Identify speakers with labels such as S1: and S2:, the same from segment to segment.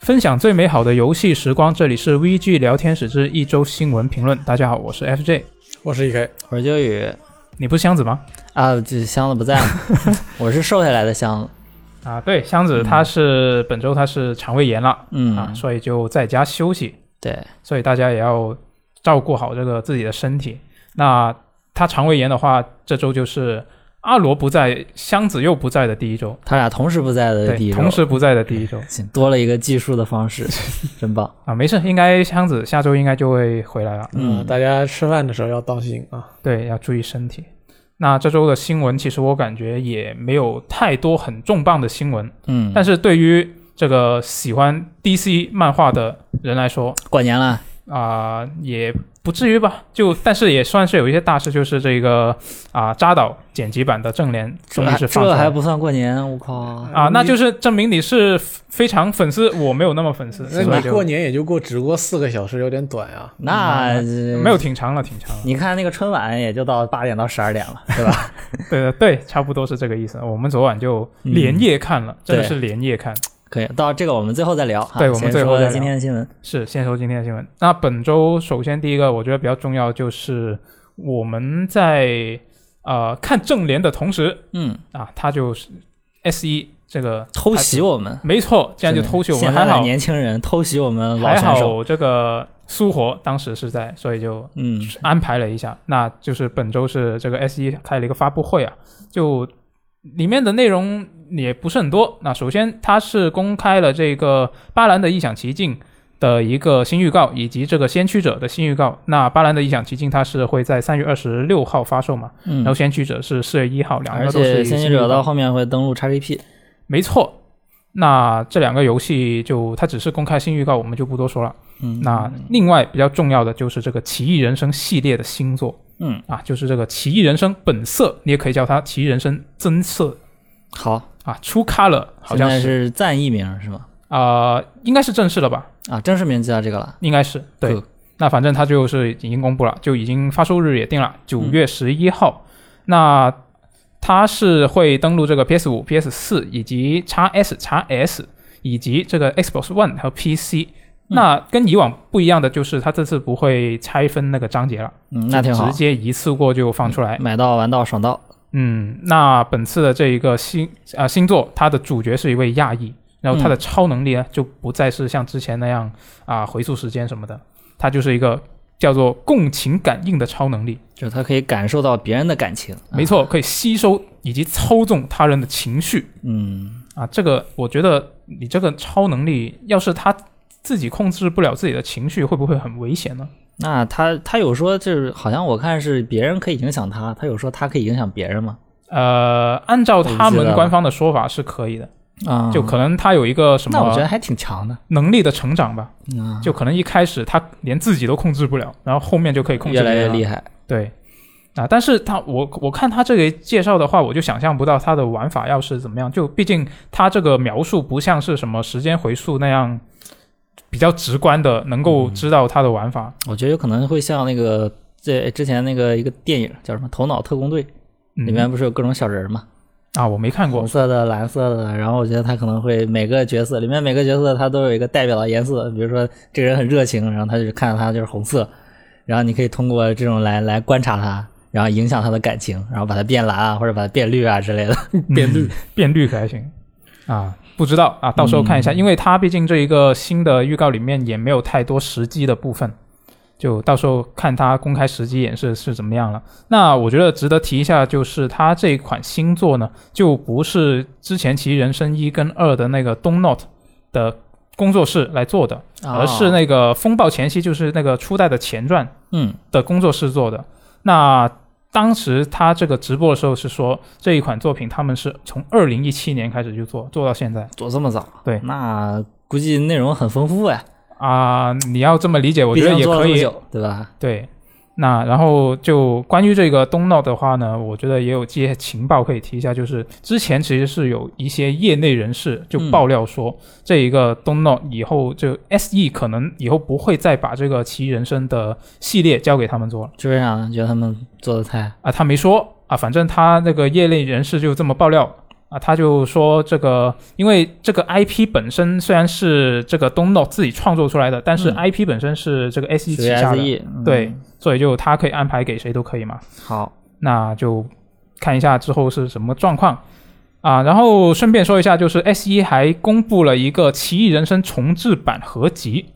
S1: 分享最美好的游戏时光，这里是 VG 聊天室之一周新闻评论。大家好，我是 FJ。
S2: 我是 EK，
S3: 我是秋雨
S1: 你不是箱子吗？
S3: 啊，这箱子 不在了，我是瘦下来的箱子。
S1: 啊，对，箱子他是、本周他是肠胃炎了、
S3: 嗯，
S1: 啊，所以就在家休息。
S3: 对，
S1: 所以大家也要照顾好这个自己的身体。那他肠胃炎的话，这周就是阿罗不在，箱子又不在的第一周，
S3: 他俩同时不在的地
S1: 对，
S3: 方，
S1: 同时不在的第一周
S3: 行多了一个计数的方 式，真棒。
S1: 啊，没事，应该箱子下周应该就会回来了。
S3: 嗯
S2: 嗯，大家吃饭的时候要当心啊。
S1: 对，要注意身体。那这周的新闻，其实我感觉也没有太多很重磅的新闻，
S3: 嗯，
S1: 但是对于这个喜欢 DC 漫画的人来说
S3: 过年了，
S1: 啊、也不至于吧。就但是也算是有一些大事，就是这个啊、扎导剪辑版的正联
S3: 这
S1: 终于是放出
S3: 这
S1: 来
S3: 还
S1: 了
S3: 不算过年，我靠！
S1: 啊、那就是证明你是非常粉丝，我没有那么粉丝，
S2: 那
S1: 所以
S2: 你
S1: 就
S2: 过年也就过只过四个小时，有点短啊。
S3: 那
S1: 没有，挺长了，挺长 了。
S3: 你看那个春晚也就到八点到十二点了，对 吧？
S1: 对对，差不多是这个意思。我们昨晚就
S3: 嗯
S1: 连夜看了，真的是连夜看。
S3: 可以，到这个我们最后再聊哈。
S1: 对我们
S3: 先
S1: 最后再
S3: 说
S1: 聊
S3: 今天的新闻。
S1: 是，先说今天的新闻。那本周首先第一个，我觉得比较重要就是我们在呃看正联的同时
S3: 嗯，
S1: 啊，他就是 S 一这个
S3: 偷袭，我们，
S1: 没错，这样就偷袭我们，
S3: 现在
S1: 还
S3: 的
S1: 好
S3: 年轻人偷袭我们老
S1: 还
S3: 选手。
S1: 好这个苏活当时是在，所以就
S3: 嗯，
S1: 安排了一下。那就是本周是这个 S 一开了一个发布会啊，就里面的内容也不是很多。那首先它是公开了这个巴兰的异想奇境。的一个新预告，以及这个先驱者的新预告。那巴兰的异想奇境，它是会在三月二十六号发售嘛？
S3: 嗯
S1: 然后先驱者是四月一号，两
S3: 而
S1: 个都是
S3: 且
S1: 新
S3: 先
S1: 预
S3: 驱者
S1: 告
S3: 到后面会登陆 XGP。
S1: 没错。那这两个游戏就它只是公开新预告，我们就不多说了。
S3: 嗯，
S1: 那另外比较重要的就是这个《奇异人生》系列的新作，
S3: 嗯
S1: 啊，就是这个《奇异人生本色》，你也可以叫它《奇异人生增色》
S3: 好，
S1: 啊，出 color 好像
S3: 现
S1: 是
S3: 在是赞译名是吗？
S1: 啊、应该是正式了吧？
S3: 啊，正式名就叫这个了。
S1: 应该是对。
S3: Cool
S1: 那反正它就是已经公布了，就已经发售日也定
S3: 嗯
S1: 了，九月十一号。那它是会登录这个 PS 五、PS 四以及 x S、x S 以及这个 Xbox One 和 PC。那
S3: 嗯
S1: 跟以往不一样的就是，它这次不会拆分那个章节了，
S3: 嗯，那挺好
S1: 直，接一次过就放出来。
S3: 买到玩到爽到。
S1: 嗯，那本次的这一个新啊、星座，它的主角是一位亚裔，然后他的超能力呢、就不再是像之前那样啊、回溯时间什么的，它就是一个叫做共情感应的超能力，
S3: 就是他可以感受到别人的感情，
S1: 没
S3: 错，
S1: 错，可以吸收以及操纵他人的情绪
S3: 嗯，
S1: 啊。这个我觉得你这个超能力，要是他自己控制不了自己的情绪，会不会很危险呢？
S3: 那他他有说就是好像我看是别人可以影响他，他有说他可以影响别人吗？
S1: 呃，按照他
S3: 我不知
S1: 们
S3: 道
S1: 官方的说法是可以的，
S3: 啊、
S1: 就可能他有一个什
S3: 那我觉得
S1: 么
S3: 还挺强的，
S1: 能力的成长吧。
S3: 啊，
S1: 就可能一开始他连自己都控制不了，然后后面就可以控制啊
S3: 越来
S1: 别
S3: 越
S1: 人了
S3: 厉。害，
S1: 对，啊，但是他我我看他这个介绍的话，我就想象不到他的玩法要是怎么样。就毕竟他这个描述不像是什么时间回溯那样比较直观的，能
S3: 嗯
S1: 够知道他的玩法。
S3: 我觉得有可能会像那个这之前那个一个电影叫什么《头脑特工队》，
S1: 嗯
S3: 里面不是有各种小人儿吗？
S1: 啊，我没看过
S3: 红色的、蓝色的，然后我觉得他可能会每个角色里面每个角色他都有一个代表的颜色，比如说这个人很热情，然后他就看到他就是红色，然后你可以通过这种来来观察他，然后影响他的感情，然后把他变蓝啊或者把他变绿啊之类的。
S1: 变绿，变绿可还行啊。不知道啊，到时候看一下，因为它毕竟这一个新的预告里面也没有太多实际的部分，就到时候看它公开实际演示是怎么样了。那我觉得值得提一下，就是它这一款新作呢，就不是之前《奇异人生一》跟二的那个东 Not 的工作室来做的，
S3: 啊
S1: 而是那个《风暴前夕》，就是那个初代的前传，
S3: 嗯
S1: 的工作室做的。那当时他这个直播的时候是说，这一款作品他们是从二零一七年开始就做，做到现在
S3: 做这么早，
S1: 对
S3: 那估计内容很丰富呀、哎
S1: 啊、你要这么理解，我
S3: 毕
S1: 觉得
S3: 竟
S1: 也
S3: 做了
S1: 可
S3: 这么
S1: 以。
S3: 久，对吧？
S1: 对，那然后就关于这个东闹的话呢，我觉得也有一些情报可以提一下，就是之前其实是有一些业内人士就
S3: 嗯
S1: 爆料说，这一个东闹以后就 SE 可能以后不会再把这个《奇异人生》的系列交给他们做了。
S3: 就为啥呢？觉得他们做的太……
S1: 啊，他没说啊，反正他那个业内人士就这么爆料啊，他就说这个，因为这个 IP 本身虽然是这个 Domino 自己创作出来的，但是
S3: 嗯
S1: IP 本身是这个 SE
S3: 属
S1: 旗
S3: 于
S1: 下的，
S3: SE，、嗯、
S1: 对，，所以就他可以安排给谁都可以嘛。
S3: 好，
S1: 那就看一下之后是什么状况啊。然后顺便说一下，就是 S 一还公布了一个《奇异人生》重制版合集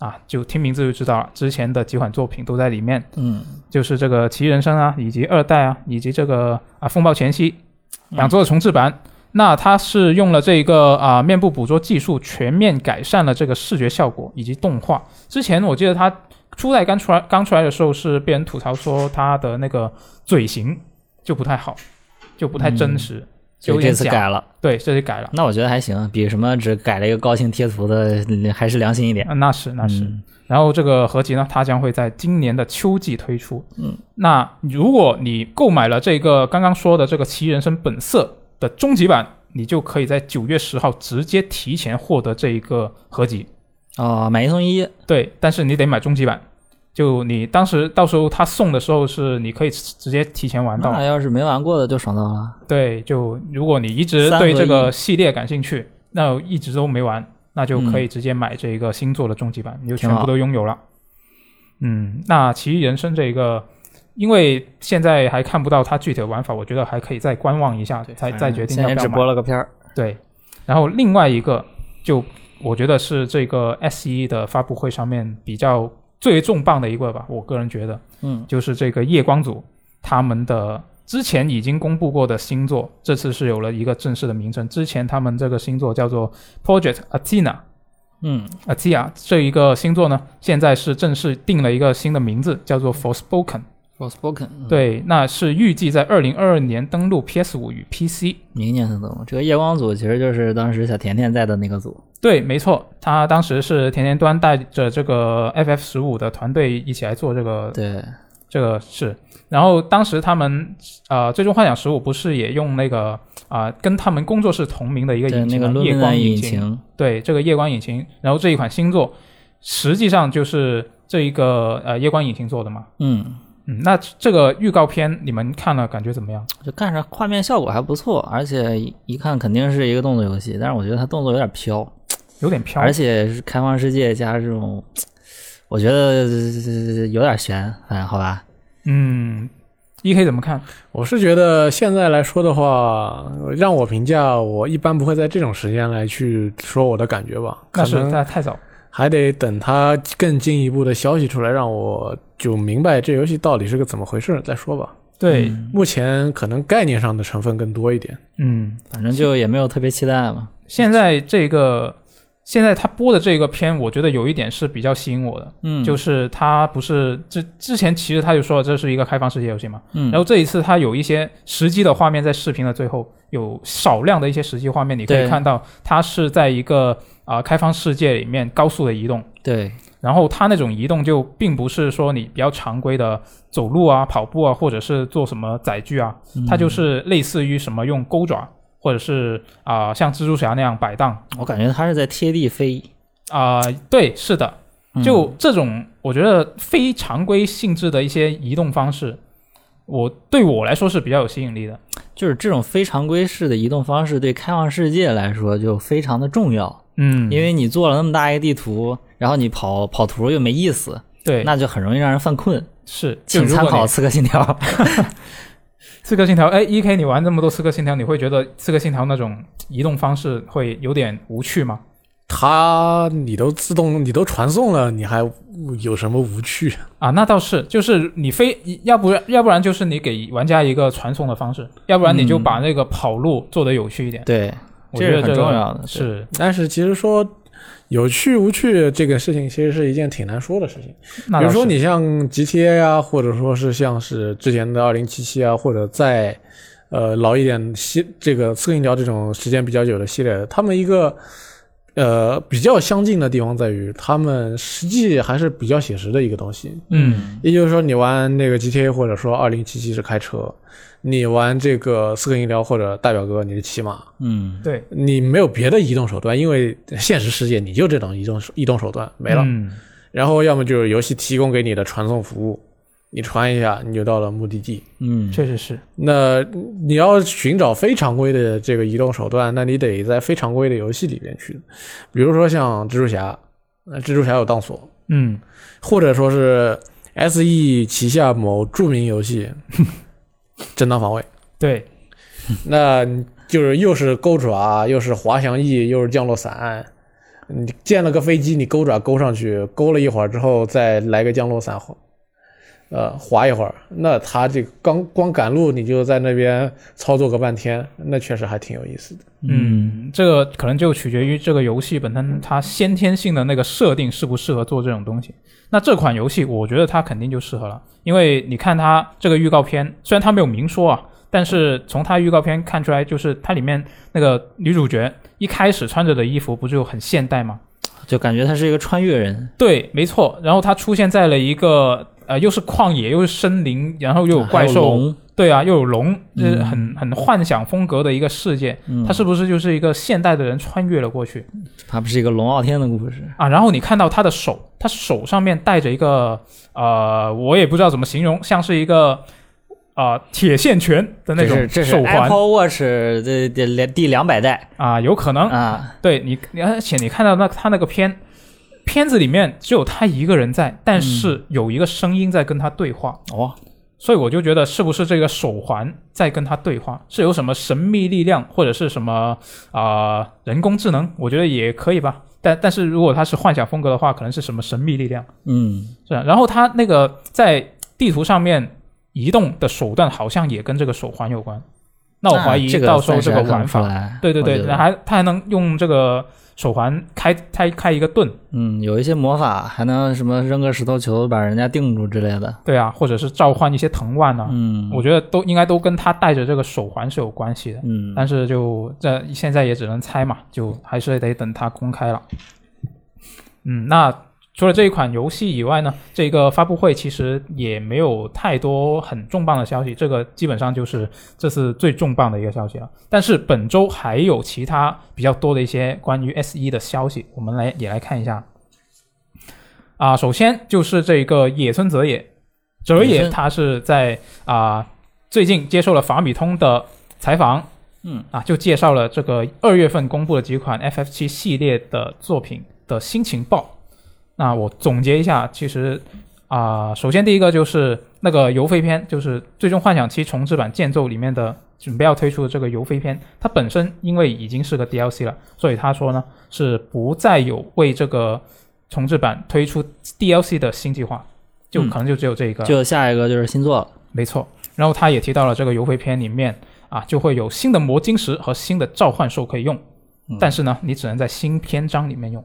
S1: 啊，就听名字就知道了，之前的几款作品都在里面，
S3: 嗯，
S1: 就是这个《奇异人生》啊，以及二代啊，以及这个啊《风暴前夕》
S3: 嗯
S1: 两座的重制版。那它是用了这个啊、面部捕捉技术，全面改善了这个视觉效果以及动画。之前我记得它初代刚出来刚出来的时候是被人吐槽说它的那个嘴型就不太好，就不太真实，就有
S3: 所嗯以这
S1: 点
S3: 次
S1: 假。
S3: 改了，
S1: 对，这里改了。
S3: 那我觉得还行，比什么只改了一个高清贴图的还是良心一点。
S1: 嗯，那是那是。
S3: 嗯
S1: 然后这个合集呢，它将会在今年的秋季推出。
S3: 嗯，
S1: 那如果你购买了这个刚刚说的这个《奇异人生本色》的终极版，你就可以在九月十号直接提前获得这一个合集。
S3: 哦，买一送一，
S1: 对，但是你得买终极版。就你当时到时候他送的时候是你可以直接提前玩到
S3: 那，要是没玩过的就爽到了。
S1: 对，就如果你一直
S3: 三合
S1: 对这
S3: 一
S1: 个系列感兴趣，那一直都没玩，那就可以直接买这个星座的终极版，你就全
S3: 嗯挺好
S1: 部都拥有了。嗯，那《奇异人生》这个，因为现在还看不到它具体的玩法，我觉得还可以再观望一下，再再决定要
S3: 先
S1: 不
S3: 只
S1: 要
S3: 播
S1: 买。
S3: 了个片儿，
S1: 对，然后另外一个就我觉得是这个 S 1的发布会上面比较最为重磅的一个吧，我个人觉得，
S3: 嗯，
S1: 就是这个夜光组他们的之前已经公布过的星座，这次是有了一个正式的名称。之前他们这个星座叫做 Project Athena。
S3: 嗯，
S1: Athena 这一个星座呢，现在是正式定了一个新的名字，叫做 Forspoken。
S3: f o r Spoken，，嗯
S1: 对，那是预计在二零二二年登陆 PS 5与 PC。
S3: 明年才能有。这个夜光组其实就是当时小甜甜在的那个组，
S1: 对，没错，他当时是田田端带着这个 FF 十五的团队一起来做这个
S3: 对，
S1: 这个是。然后当时他们呃，《最终幻想十五》不是也用那个啊、跟他们工作室同名的一个
S3: 对
S1: 引
S3: 那
S1: 擎
S3: 个
S1: 吗，
S3: 论
S1: 夜
S3: 文
S1: 光
S3: 的引
S1: 擎。
S3: 擎，
S1: 对，这个夜光引擎。然后这一款星座，实际上就是这一个呃夜光引擎做的嘛。
S3: 嗯，
S1: 嗯，那这个预告片你们看了感觉怎么样？
S3: 就看着画面效果还不错，而且一一看肯定是一个动作游戏，但是我觉得它动作有点飘，
S1: 有点飘，
S3: 而且是开放世界加这种，我觉得有点悬，反正好吧，
S1: 嗯，E K 怎么看？
S2: 我是觉得现在来说的话，让我评价，我一般不会在这种时间来去说我的感觉吧，
S1: 那
S2: 可
S1: 是
S2: 能
S1: 那太早。
S2: 还得等它更进一步的消息出来，让我就明白这游戏到底是个怎么回事再说吧。
S1: 对，
S3: 嗯
S2: 目前可能概念上的成分更多一点。
S1: 嗯
S3: 反正就也没有特别期待嘛。
S1: 现在这个现在他播的这个片，我觉得有一点是比较吸引我的，
S3: 嗯，
S1: 就是他不是之之前其实他就说了这是一个开放世界游戏嘛，
S3: 嗯，
S1: 然后这一次他有一些实际的画面在视频的最后有少量的一些实际画面，你可
S3: 对
S1: 以看到它是在一个啊、开放世界里面高速的移动。
S3: 对，
S1: 然后它那种移动就并不是说你比较常规的走路啊、跑步啊，或者是做什么载具啊，
S3: 嗯
S1: 它就是类似于什么用钩爪，或者是啊、像蜘蛛侠那样摆荡
S3: 我感觉它是在贴地飞，
S1: 啊、对，是的，
S3: 嗯
S1: 就这种我觉得非常规性质的一些移动方式，我对我来说是比较有吸引力
S3: 嗯
S1: 的。
S3: 就是这种非常规式的移动方式，对开放世界来说就非常的重要，
S1: 嗯
S3: 因为你做了那么大一个地图，然后你跑跑图又没意思，
S1: 对，
S3: 那就很容易让人犯困。
S1: 是就
S3: 请
S1: 如
S3: 参
S1: 果你
S3: 考《刺客信条》
S1: 刺客信条，哎，E K，你玩这么多刺客信条，你会觉得刺客信条那种移动方式会有点无趣吗？
S2: 它你都自动你都传送了，你还有什么无趣？
S1: 啊，那倒是，就是你非要不然要不然就是你给玩家一个传送的方式，要不然你就把那个跑路做得有趣一点。
S3: 嗯对，
S1: 我觉得
S3: 这是很
S1: 这个
S3: 重要的
S1: 是，
S2: 但是其实说有趣无趣这个事情，其实是一件挺难说的事情。
S1: 那
S2: 比
S1: 倒
S2: 如说
S1: 是
S2: 你像 GTA 呀、啊或者说是像是之前的二零七七啊，或者再呃老一点系这个《刺客信条》这种时间比较久的系列，他们一个呃比较相近的地方在于，他们实际还是比较写实的一个东西。
S1: 嗯，
S2: 也就是说，你玩那个 GTA 或者说二零七七是开车，你玩这个《刺客信条》或者大表哥你是骑马，
S3: 嗯，
S1: 对，
S2: 你没有别的移动手段，因为现实世界你就这种移动手移动手段没了。
S1: 嗯
S2: 然后要么就是游戏提供给你的传送服务，你穿一下你就到了目的地。
S3: 嗯，
S1: 确实是，
S2: 那你要寻找非常规的这个移动手段，那你得在非常规的游戏里面去，比如说像蜘蛛侠，那蜘蛛侠有当锁，
S1: 嗯，
S2: 或者说是 S.E 旗下某著名游戏 正当防卫，
S1: 对，
S2: 那就是又是钩爪，又是滑翔翼，又是降落伞。你建了个飞机，你钩爪钩上去，钩了一会儿之后，再来个降落伞，呃，滑一会儿。那他这个刚光赶路，你就在那边操作个半天，那确实还挺有意思的。
S1: 嗯，这个可能就取决于这个游戏本身它先天性的那个设定适不适合做这种东西。那这款游戏，我觉得它肯定就适合了，因为你看它这个预告片，虽然它没有明说啊，但是从它预告片看出来，就是它里面那个女主角一开始穿着的衣服不就很现代吗？
S3: 就感觉他是一个穿越人，
S1: 对，没错。然后它出现在了一个呃，又是旷野，又是森林，然后又有怪
S3: 还有
S1: 兽，
S3: 龙，
S1: 对啊，又有龙，这是很很幻想风格的一个世界。
S3: 嗯
S1: 它是不是就是一个现代的人穿越了过去
S3: 他不是一个龙傲天的故事，
S1: 啊？然后你看到他的手，他手上面戴着一个呃，我也不知道怎么形容，像是一个呃铁线拳的那
S3: 这
S1: 种
S3: 是这是
S1: 手环
S3: Apple Watch 这这两第两百代
S1: 啊，有可能。
S3: 啊，
S1: 对你，你而且你看到那他那个片片子里面只有他一个人在，但
S3: 嗯
S1: 是有一个声音在跟他对话。
S3: 哦，
S1: 所以我就觉得，是不是这个手环在跟他对话？是有什么神秘力量，或者是什么啊、呃人工智能？我觉得也可以吧。但但是如果它是幻想风格的话，可能是什么神秘力量？
S3: 嗯，
S1: 是啊吧？然后它那个在地图上面移动的手段，好像也跟这个手环有关。那我怀疑
S3: 啊这个
S1: 到时候这
S3: 暂时
S1: 个
S3: 还看
S1: 玩
S3: 不出
S1: 法，
S3: 来，
S1: 对对
S3: 我
S1: 对，
S3: 觉得
S1: 那还它还能用这个手环开开开一个盾，
S3: 嗯，有一些魔法还能什么扔个石头球把人家定住之类的，
S1: 对啊，或者是召唤一些藤蔓啊，
S3: 嗯，
S1: 我觉得都应该都跟他戴着这个手环是有关系的。
S3: 嗯，
S1: 但是就这现在也只能猜嘛，就还是得等它公开了。嗯，那除了这一款游戏以外呢，这个发布会其实也没有太多很重磅的消息，这个基本上就是这次最重磅的一个消息了。但是本周还有其他比较多的一些关于 S 1的消息，我们来也来看一下。啊，首先就是这个野村哲也，哲
S3: 野
S1: 也
S3: 村
S1: 他是在啊、最近接受了法米通的采访，
S3: 嗯
S1: 啊，就介绍了这个二月份公布的几款 FF 七系列的作品的新情报。那我总结一下，其实啊、首先第一个就是那个游飞篇，就是《最终幻想七重置版建奏》里面的准备要推出的这个游飞篇，它本身因为已经是个 DLC 了，所以他说呢是不再有为这个重置版推出 DLC 的新计划，就
S3: 嗯
S1: 可能就只有这一个了、
S3: 就下一个就是新作了，
S1: 没错，然后他也提到了这个游回篇里面啊，就会有新的魔晶石和新的召唤兽可以用，
S3: 嗯
S1: 但是呢，你只能在新篇章里面用，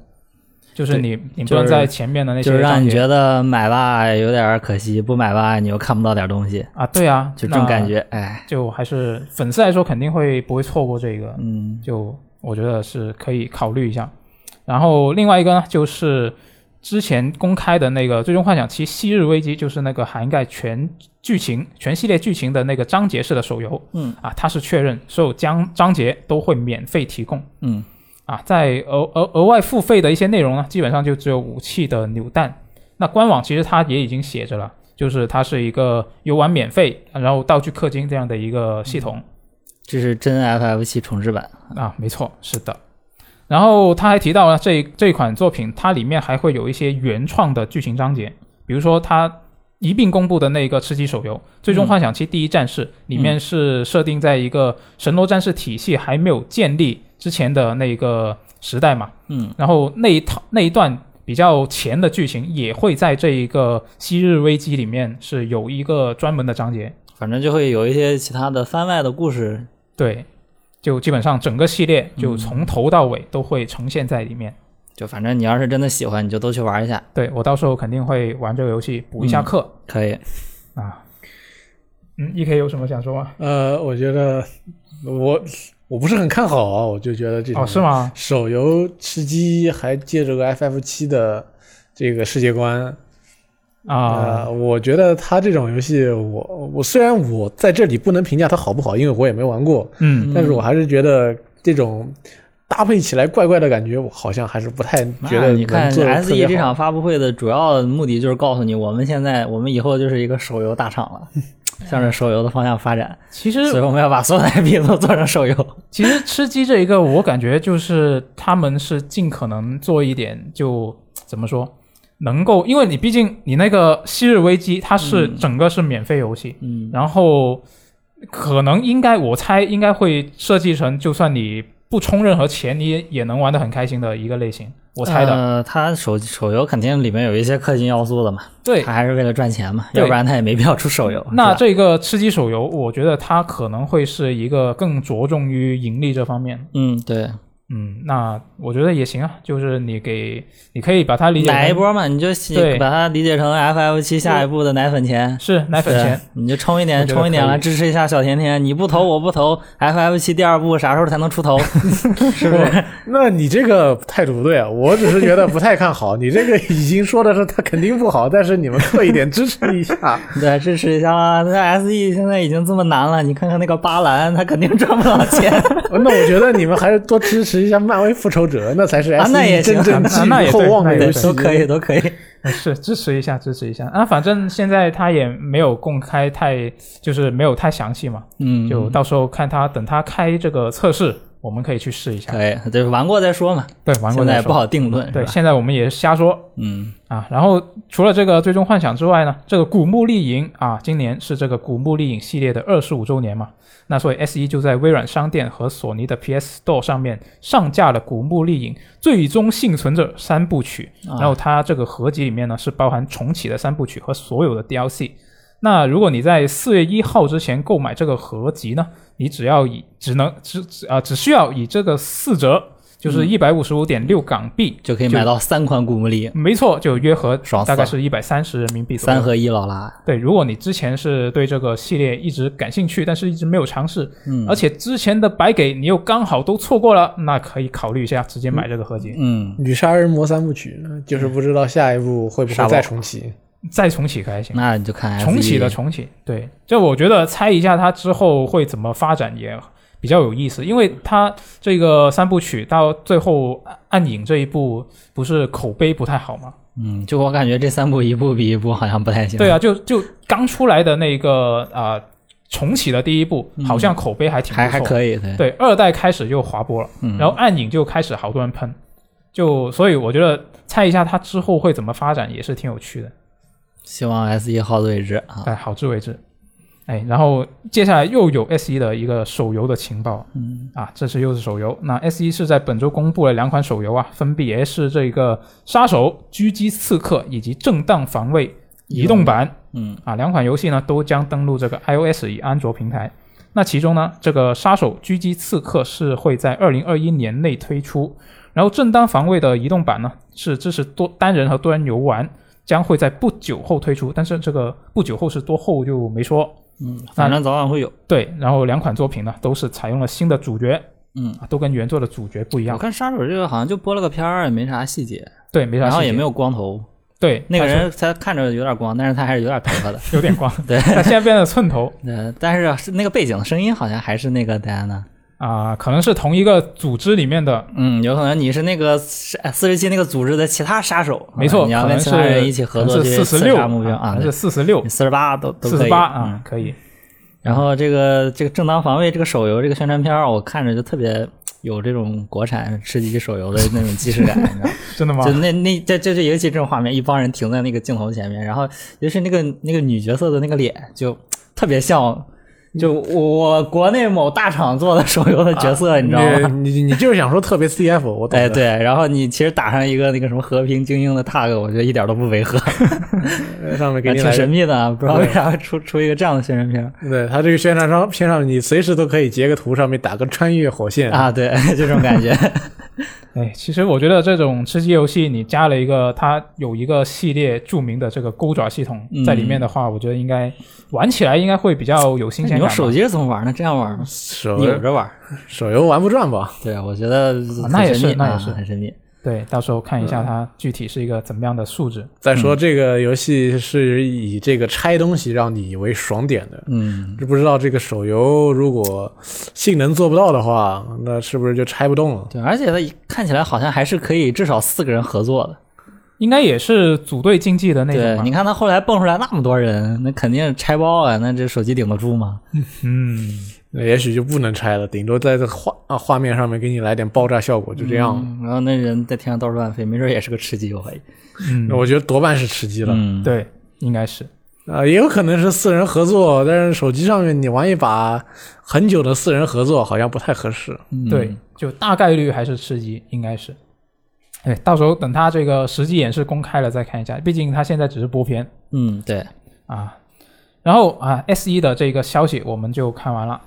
S1: 就是
S3: 对
S1: 你你不
S3: 就是
S1: 能在前面的那些
S3: 就是让
S1: 章
S3: 你
S1: 节
S3: 觉得买吧有点可惜，不买吧你又看不到点东西，
S1: 啊，对啊，
S3: 就这种感，觉，哎，
S1: 就还是粉丝来说肯定会不会错过这个，
S3: 嗯
S1: 就我觉得是可以考虑一下。然后另外一个呢，就是之前公开的那个《最终幻想七：昔日危机》，就是那个涵盖全剧情、全系列剧情的那个章节式的手游，
S3: 嗯
S1: 啊，它是确认所有章章节都会免费提供
S3: 嗯
S1: 啊，在额额额外付费的一些内容呢，基本上就只有武器的扭蛋。那官网其实它也已经写着了，就是它是一个游玩免费，然后道具氪金这样的一个系统。
S3: 这是真 FF 七重置版，
S1: 啊，没错，是的。然后他还提到了这这款作品，它里面还会有一些原创的剧情章节，比如说它一并公布的那个吃鸡手游《最终幻想七：第一战士》，里面是设定在一个神罗战士体系还没有建立之前的那个时代嘛。
S3: 嗯
S1: 然后那一套那一段比较前的剧情也会在这一个《昔日危机》里面是有一个专门的章节。
S3: 反正就会有一些其他的番外的故事，
S1: 对，就基本上整个系列就从头到尾都会呈现在里面。
S3: 就反正你要是真的喜欢，你就都去玩一下，
S1: 对我到时候肯定会玩这个游戏补一下课、
S3: 可以，
S1: 啊。嗯，E K 有什么想说吗？
S2: 呃，我觉得我我不是很看好啊，我就觉得这种
S1: 哦，是吗？
S2: 手游吃鸡还借着个 FF 七的这个世界观，
S1: 啊、
S2: 呃，我觉得它这种游戏，我我虽然我在这里不能评价它好不好，因为我也没玩过，
S1: 嗯
S2: 但是我还是觉得这种搭配起来怪怪的感觉，我好像还是不太觉
S3: 那
S2: 得
S3: 你看
S2: 能做得
S3: S
S2: 特
S3: E
S2: 别
S3: 这
S2: 好
S3: 场发布会的主要目的就是告诉你，我们现在我们以后就是一个手游大厂 了，向着手游的方向发展，
S1: 其实
S3: 所以我们要把所 有的 IP 都做成手游。
S1: 其实吃鸡这一个，我感觉就是他们是尽可能做一点，就怎么说，能够，因为你毕竟你那个《昔日危机》，它是整个是免费游戏，
S3: 嗯，
S1: 然后可能应该我猜应该会设计成，就算你不充任何钱，你也也能玩得很开心的一个类型，我猜的。
S3: 呃，它手手游肯定里面有一些氪金要素的嘛，
S1: 对
S3: 它，还是为了赚钱嘛，
S1: 对
S3: 要不然它也没必要出手游。
S1: 那
S3: 是吧
S1: 这个吃鸡手游，我觉得它可能会是一个更着重于盈利这方面。
S3: 嗯，对，
S1: 嗯，那我觉得也行啊，就是你给，你可以把它理解成
S3: 奶一波嘛，你就喜
S1: 对
S3: 把它理解成 F F 七下一步的奶粉钱。
S1: 是奶粉钱
S3: 对，你就充一
S1: 我
S3: 点，
S1: 觉得
S3: 充一点
S1: 可以
S3: 来支持一下小甜甜。你不投，我不投。F F 七第二部啥时候才能出 头？是不是？
S2: 那你这个态度不对啊，我只是觉得不太看好。你这个已经说的是它肯定不好，但是你们刻意点支持一 下。
S3: 对，支持一下啦！那 S E 现在已经这么难了，你看看那个巴兰，他肯定赚不了钱
S2: 那我觉得你们还是多支持一下漫威复仇者，那才是
S3: 啊
S2: S
S3: 那也
S2: E
S3: 行
S2: 真正寄
S1: 啊那
S2: 予
S1: 也
S2: 厚
S1: 对
S2: 望
S1: 那
S2: 的
S1: 也
S2: 游
S3: 对，
S2: 戏。
S3: 都可以，都可以。
S1: 是支持一下，支持一下啊！反正现在他也没有公开太，就是没有太详细嘛，
S3: 嗯，
S1: 就到时候看他等他开这个测试，我们可以去试一下。
S3: 可以，就是玩过再说嘛。
S1: 对，玩过
S3: 现在
S1: 再
S3: 也不
S1: 说。
S3: 好定论，
S1: 对，
S3: 是吧？
S1: 现在我们也是瞎说
S3: 嗯，
S1: 啊。然后除了这个《最终幻想》之外呢，这个《古墓丽影》啊，今年是这个《古墓丽影》系列的二十五周年嘛，那所以 S 1就在微软商店和索尼的 PS Store 上面上架了《古墓丽影：最终幸存者》三部曲。
S3: 啊
S1: 然后它这个合集里面呢是包含重启的三部曲和所有的 DLC。那如果你在四月一号之前购买这个合集呢，你只要以只能只只啊、只需要以这个四折，就是一百五十五点六港币，
S3: 就可以买到三款古墓丽影，
S1: 没错，就约合
S3: 爽死
S1: 大
S3: 了
S1: 概是一百三十人民币左右
S3: 三合一劳拉。
S1: 对，如果你之前是对这个系列一直感兴趣，但是一直没有尝试，
S3: 嗯
S1: 而且之前的白给你又刚好都错过了，那可以考虑一下直接买这个合集，
S3: 嗯，
S2: 女杀人魔三部曲，就是不知道下一步会不
S3: 杀
S2: 会
S3: 爆
S2: 再重启。
S1: 再重启可还行。
S3: 那你就看 SE
S1: 重启的重启，对，这我觉得猜一下它之后会怎么发展也比较有意思，因为它这个三部曲到最后暗暗影这一部不是口碑不太好吗？
S3: 嗯，就我感觉这三部一部比一部好像不太行。
S1: 对，啊，就就刚出来的那个啊、重启的第一部
S3: 嗯
S1: 好像口碑还挺不错，
S3: 还还可以，对，
S1: 对，二代开始就滑坡了，
S3: 嗯
S1: 然后暗影就开始好多人喷，就所以我觉得猜一下它之后会怎么发展也是挺有趣的。
S3: 希望 S E 好自为之啊。
S1: 哎，好自为之。哎，然后接下来又有 S 1的一个手游的情报，嗯啊，这次又是手游。那 S 1是在本周公布了两款手游啊，分别是这个杀手、狙击刺客以及正当防卫移动版
S3: 嗯
S1: 啊，两款游戏呢都将登陆这个 iOS 与安卓平台。那其中呢，这个杀手、狙击、刺客是会在二零二一年内推出，然后正当防卫的移动版呢是支持多单人和多人游玩，将会在不久后推出，但是这个不久后是多后就没说。
S3: 嗯，反正早晚会有。
S1: 对，然后两款作品呢都是采用了新的主角，
S3: 嗯，
S1: 啊都跟原作的主角不一
S3: 我
S1: 样。
S3: 看杀手这个好像就播了个片儿，也没啥细节，
S1: 对，没啥
S3: 然
S1: 细节。
S3: 后也没有光头。
S1: 对
S3: 那个
S1: 他是
S3: 人他看着有点光，但是他还是有点头发的。
S1: 有点光，
S3: 对
S1: 他现在变得寸头
S3: 呃，但是是那个背景声音好像还是那个戴安娜。
S1: 啊、可能是同一个组织里面的
S3: 嗯，有可能你是那个四十七那个组织的其他杀手， 啊
S1: 没错，
S3: 你要
S1: 可
S3: 跟
S1: 能
S3: 其
S1: 是
S3: 他人一起合作去
S1: 四
S3: 刺
S1: 十六
S3: 杀目标啊，
S1: 是四十六、
S3: 四十八都都
S1: 四
S3: 可
S1: 十
S3: 以
S1: 八啊
S3: 嗯，
S1: 可以。
S3: 然后这个这个正当防卫这个手游这个宣传片儿，我看着就特别有这种国产吃鸡手游的那种既视感，你知 道吗？
S1: 真的吗
S3: 就？那那这这就尤其这种画面，一帮人停在那个镜头前面，然后尤其是那个那个女角色的那个脸，就特别像。就我国内某大厂做的手游的角色，你知道吗？
S2: 你你你就是想说特别 CF，我懂的。
S3: 哎，对，然后你其实打上一个那个什么和平精英的 tag，我觉得一点都不违和，
S2: 呃，上面给你
S3: 挺
S2: 来
S3: 神
S2: 个。
S3: 秘的啊，不知道为啥出出一个这样的宣传片儿
S2: 对他这个宣传商片上，你随时都可以截个图，上面打个穿越火线。
S3: 啊，对， 这种感觉，
S1: 哎，其实我觉得这种吃鸡游戏，你加了一个它有一个系列著名的这个钩爪系统
S3: 嗯
S1: 在里面的话，我觉得应该玩起来应该会比较有新鲜
S3: 你
S1: 感
S3: 用
S1: 吧。
S3: 手机是怎么玩呢？这样玩吗？
S2: 手
S3: 扭着玩儿，
S2: 手游玩不转吧？
S3: 对，我觉得
S1: 那也是
S3: 很神秘
S1: 那也
S3: 啊
S1: 是
S3: 很神秘。
S1: 对，到时候看一下它具体是一个怎么样的素质。
S2: 再说这个游戏是以这个拆东西让你为爽点的，
S3: 嗯，
S2: 这不知道这个手游如果性能做不到的话，那是不是就拆不动了？
S3: 对，而且它看起来好像还是可以至少四个人合作的。
S1: 应该也是组队竞技的那种
S3: 对，
S1: 吧
S3: 你？看它后来蹦出来那么多人，那肯定是拆包啊，那这手机顶得住吗？
S1: 嗯，
S2: 那也许就不能拆了，顶多在这画啊画面上面给你来点爆炸效果，就这样了。
S3: 嗯然后那人在天上到处乱飞，没准也是个吃鸡，我嗯怀疑。
S2: 那我觉得多半是吃鸡了，啊、
S3: 嗯，
S1: 嗯对，应该是。
S2: 也有可能是四人合作，但是手机上面你玩一把很久的四人合作好像不太合适。
S3: 嗯
S1: 对，，就大概率还是吃鸡，应该是。哎，到时候等他这个实际演示公开了再看一下，毕竟他现在只是播片
S3: 嗯，对，
S1: 啊。然后啊，S 一的这个消息我们就看完了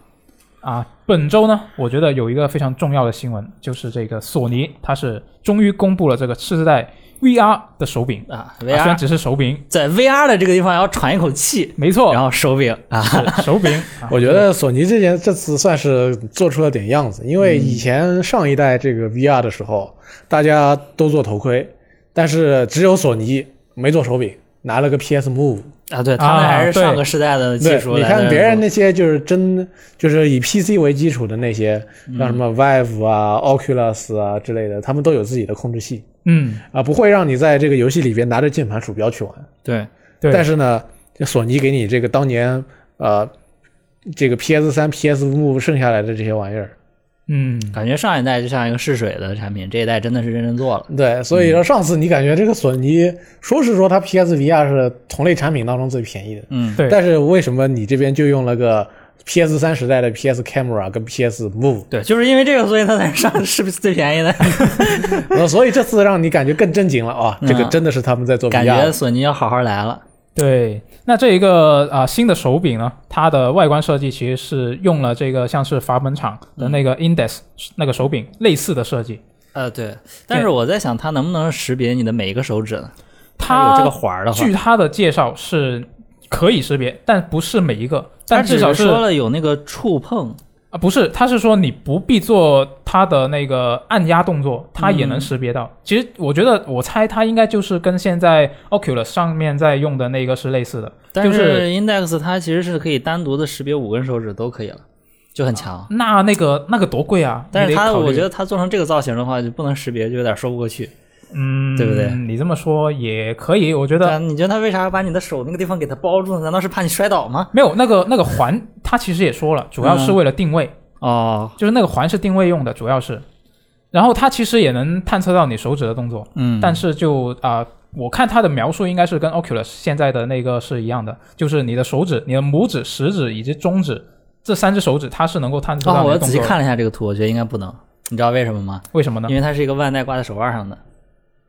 S1: 啊。本周呢，我觉得有一个非常重要的新闻，就是这个索尼它是终于公布了这个次世代 VR 的手柄
S3: 啊
S1: 啊虽然
S3: ，VR
S1: 只是手柄，
S3: 在 VR 的这个地方要喘一口气，
S1: 没错
S3: 然，后手柄啊，
S1: 是手 柄。啊
S2: 我觉得索尼这件这次算是做出了点样子，因为以前上一代这个 VR 的时候，大家都做头盔，但是只有索尼没做手柄，拿了个 PS Move。
S3: 啊，对他们
S1: 啊
S3: 还是上
S1: 对
S3: 个时代的技
S2: 对，
S3: 术
S2: 你
S3: 来
S2: 看
S3: 的
S2: 别人那些就是真，就是以 PC 为基础的那些，
S3: 嗯
S2: 像什么 Vive 啊、Oculus 啊之类的，他们都有自己的控制器
S1: 嗯，
S2: 啊，不会让你在这个游戏里边拿着键盘鼠标去玩。
S3: 对，
S1: 对，
S2: 但是呢，这索尼给你这个当年呃，这个 PS 3 PS Move 剩下来的这些玩意儿，
S1: 嗯，
S3: 感觉上一代就像一个试水的产品，这一代真的是认真做了。
S2: 对，所
S1: 嗯
S2: 以说上次你感觉这个索尼说是说它 PSVR 是同类产品当中最便宜的，
S3: 嗯，
S1: 对
S2: 但是为什么你这边就用了个 PS 3时代的 PS Camera 跟 PS Move？
S3: 对，就是因为这个，所以它才上是不是最便宜的？
S2: 呃，所以这次让你感觉更正经了啊！这个真的是他们在做 VR，
S3: 嗯 感觉索尼要好好来了。
S1: 对，那这一个啊、新的手柄呢，它的外观设计其实是用了这个像是阀门厂的
S3: 嗯
S1: 那个 Index、那个手柄类似的设计。
S3: 呃，对，但是我在想，它能不能识别你的每一个手指呢？它有这个
S1: 它
S3: 环儿的话，
S1: 据它的介绍是可以识别，但不是每一个，
S3: 它
S1: 但
S3: 只
S1: 至少是
S3: 说了有那个触碰，
S1: 啊不是，它是说你不必做它的那个按压动作，它也能
S3: 嗯
S1: 识别到。其实我觉得，我猜它应该就是跟现在 Oculus 上面在用的那个是类似的。
S3: 但
S1: 就是是
S3: Index 它其实是可以单独的识别五根手指都可以了，就很强。
S1: 那那个那个多贵啊！
S3: 但是
S1: 你得
S3: 它，
S1: 考虑
S3: 我觉得它做成这个造型的话，就不能识别，就有点说不过去。
S1: 嗯，
S3: 对不对
S1: 你这么说也可以，我觉得
S3: 但你觉得它为啥把你的手那个地方给它包住呢？难道是怕你摔倒吗？
S1: 没有那个那个环，它其实也说了，主要
S3: 嗯
S1: 是为了定位，
S3: 哦，
S1: 就是那个环是定位用的，主要是。然后它其实也能探测到你手指的动作，
S3: 嗯
S1: 但是就啊、我看它的描述应该是跟 Oculus 现在的那个是一样的，就是你的手指、你的拇指、食指以及中指这三只手指，它是能够探测
S3: 哦，
S1: 到你
S3: 我
S1: 的动
S3: 仔细
S1: 作的。
S3: 看了一下这个图，我觉得应该不能。你知道为什么吗？
S1: 为什么呢
S3: 因？为它是一个腕带挂在手腕上的，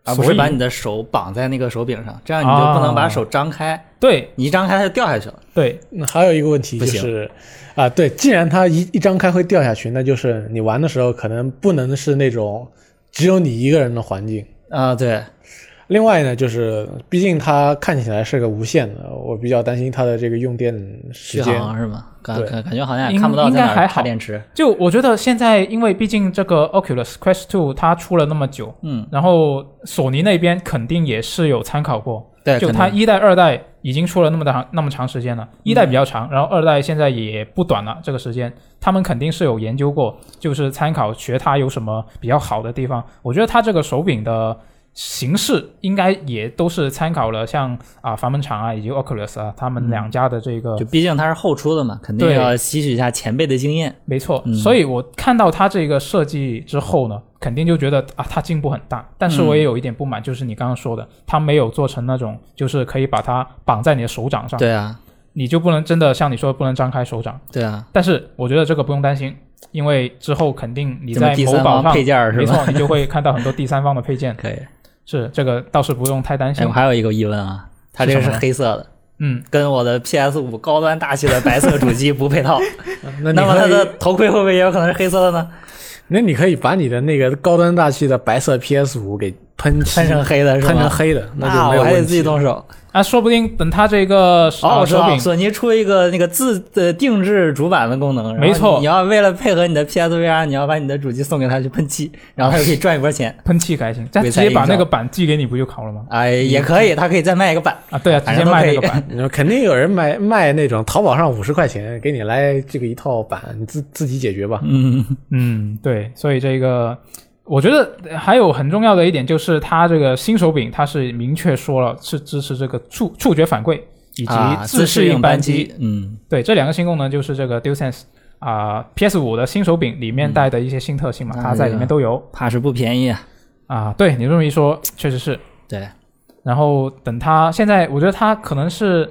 S3: 而不
S1: 所以啊
S3: 是把你的手绑在那个手柄上，这样你就不能把手张开，
S1: 对
S3: 你一张开它就掉下去了。
S1: 对，
S2: 嗯还有一个问题
S3: 不
S2: 就
S3: 行
S2: 是，啊、对，既然它一一张开会掉下去，那就是你玩的时候可能不能是那种只有你一个人的环境。
S3: 啊、对，
S2: 另外呢，就是毕竟它看起来是个无线的，我比较担心它的这个用电时
S3: 续
S2: 间。
S3: 航是啊吗？感
S2: 对
S3: 感感觉好像也
S1: 应
S3: 看不到在哪
S1: 应该
S3: 儿
S1: 还
S3: 插
S1: 好
S3: 电池。
S1: 就我觉得现在，因为毕竟这个 Oculus Quest 2它出了那么久，
S3: 嗯，
S1: 然后索尼那边肯定也是有参考过，
S3: 对，
S1: 就
S3: 可能嗯
S1: 它一代、二代已经出了那么长那么长时间了，一代比较长，然后二代现在也不短了，这个时间他们肯定是有研究过，就是参考学它有什么比较好的地方。我觉得它这个手柄的形式应该也都是参考了像啊阀门厂啊以及 Oculus 啊他们两家的这个
S3: 嗯就毕竟它是后出的嘛，肯定
S1: 对
S3: 要吸取一下前辈的经验。
S1: 没错，
S3: 嗯
S1: 所以我看到它这个设计之后呢，肯定就觉得啊，它进步很大。但是
S3: 嗯
S1: 我也有一点不满，就是你刚刚说的，它没有做成那种，就是可以把它绑在你的手掌上，
S3: 对啊，
S1: 你就不能真的像你说的不能张开手掌。
S3: 对啊，
S1: 但是我觉得这个不用担心，因为之后肯定你
S3: 这么
S1: 在
S3: 第
S1: 某
S3: 三
S1: 宝
S3: 方
S1: 上，
S3: 配件儿是
S1: 没
S3: 吧？
S1: 错，你就会看到很多第三方的配件，
S3: 可以。
S1: 是这个倒是不用太担
S3: 哎，
S1: 心
S3: 我。还有一个疑问啊，它这个
S1: 是
S3: 是
S1: 什么呢
S3: 黑色的，
S1: 嗯，
S3: 跟我的 PS 五高端大气的白色主机不配套，
S2: 那你
S3: 那么它
S2: 可以，
S3: 的头盔会不会也有可能是黑色的呢？
S2: 那你可以把你的那个高端大气的白色 PS 5给喷漆
S3: 喷成黑的是吧？
S2: 喷成黑的，那就
S3: 啊
S2: 没有
S3: 我还得
S2: 问
S3: 自己
S2: 题。
S3: 动手。
S1: 啊，说不定等它这个手
S3: 哦，我知
S1: 手
S3: 道，
S1: 柄
S3: 索尼出一个那个自呃定制主板的功能，然后
S1: 没错
S3: 你要为了配合你的 PSVR，你要啊把你的主机送给他去喷漆，然后他就可以赚一波钱。
S1: 喷漆改型，再
S3: 鬼
S1: 直
S3: 才
S1: 接把
S3: 营
S1: 那
S3: 销
S1: 个板寄给你不就好了吗？
S3: 哎，也可以，他可以再卖一个板。
S1: 啊，对啊，直
S3: 反
S1: 接
S3: 正都
S1: 卖那
S3: 可以
S1: 个板，
S2: 你说肯定有人买卖那种淘宝上五十块钱给你来这个一套版，你自自己解决吧。
S3: 嗯，
S1: 嗯，对，所以这个我觉得还有很重要的一点就是，它这个新手柄它是明确说了是支持这个触触觉反馈以及
S3: 啊，
S1: 自
S3: 适
S1: 适
S3: 应
S1: 应
S3: 扳
S1: 机。
S3: 机，嗯，
S1: 对，这两个新功能就是这个 DualSense 啊、p s 5的新手柄里面带的一些新特性嘛，
S3: 嗯
S1: 它在里面都有
S3: 怕是不便宜啊。
S1: 啊。对你这么一说，确实是。
S3: 对，
S1: 然后等它现在，我觉得它可能是，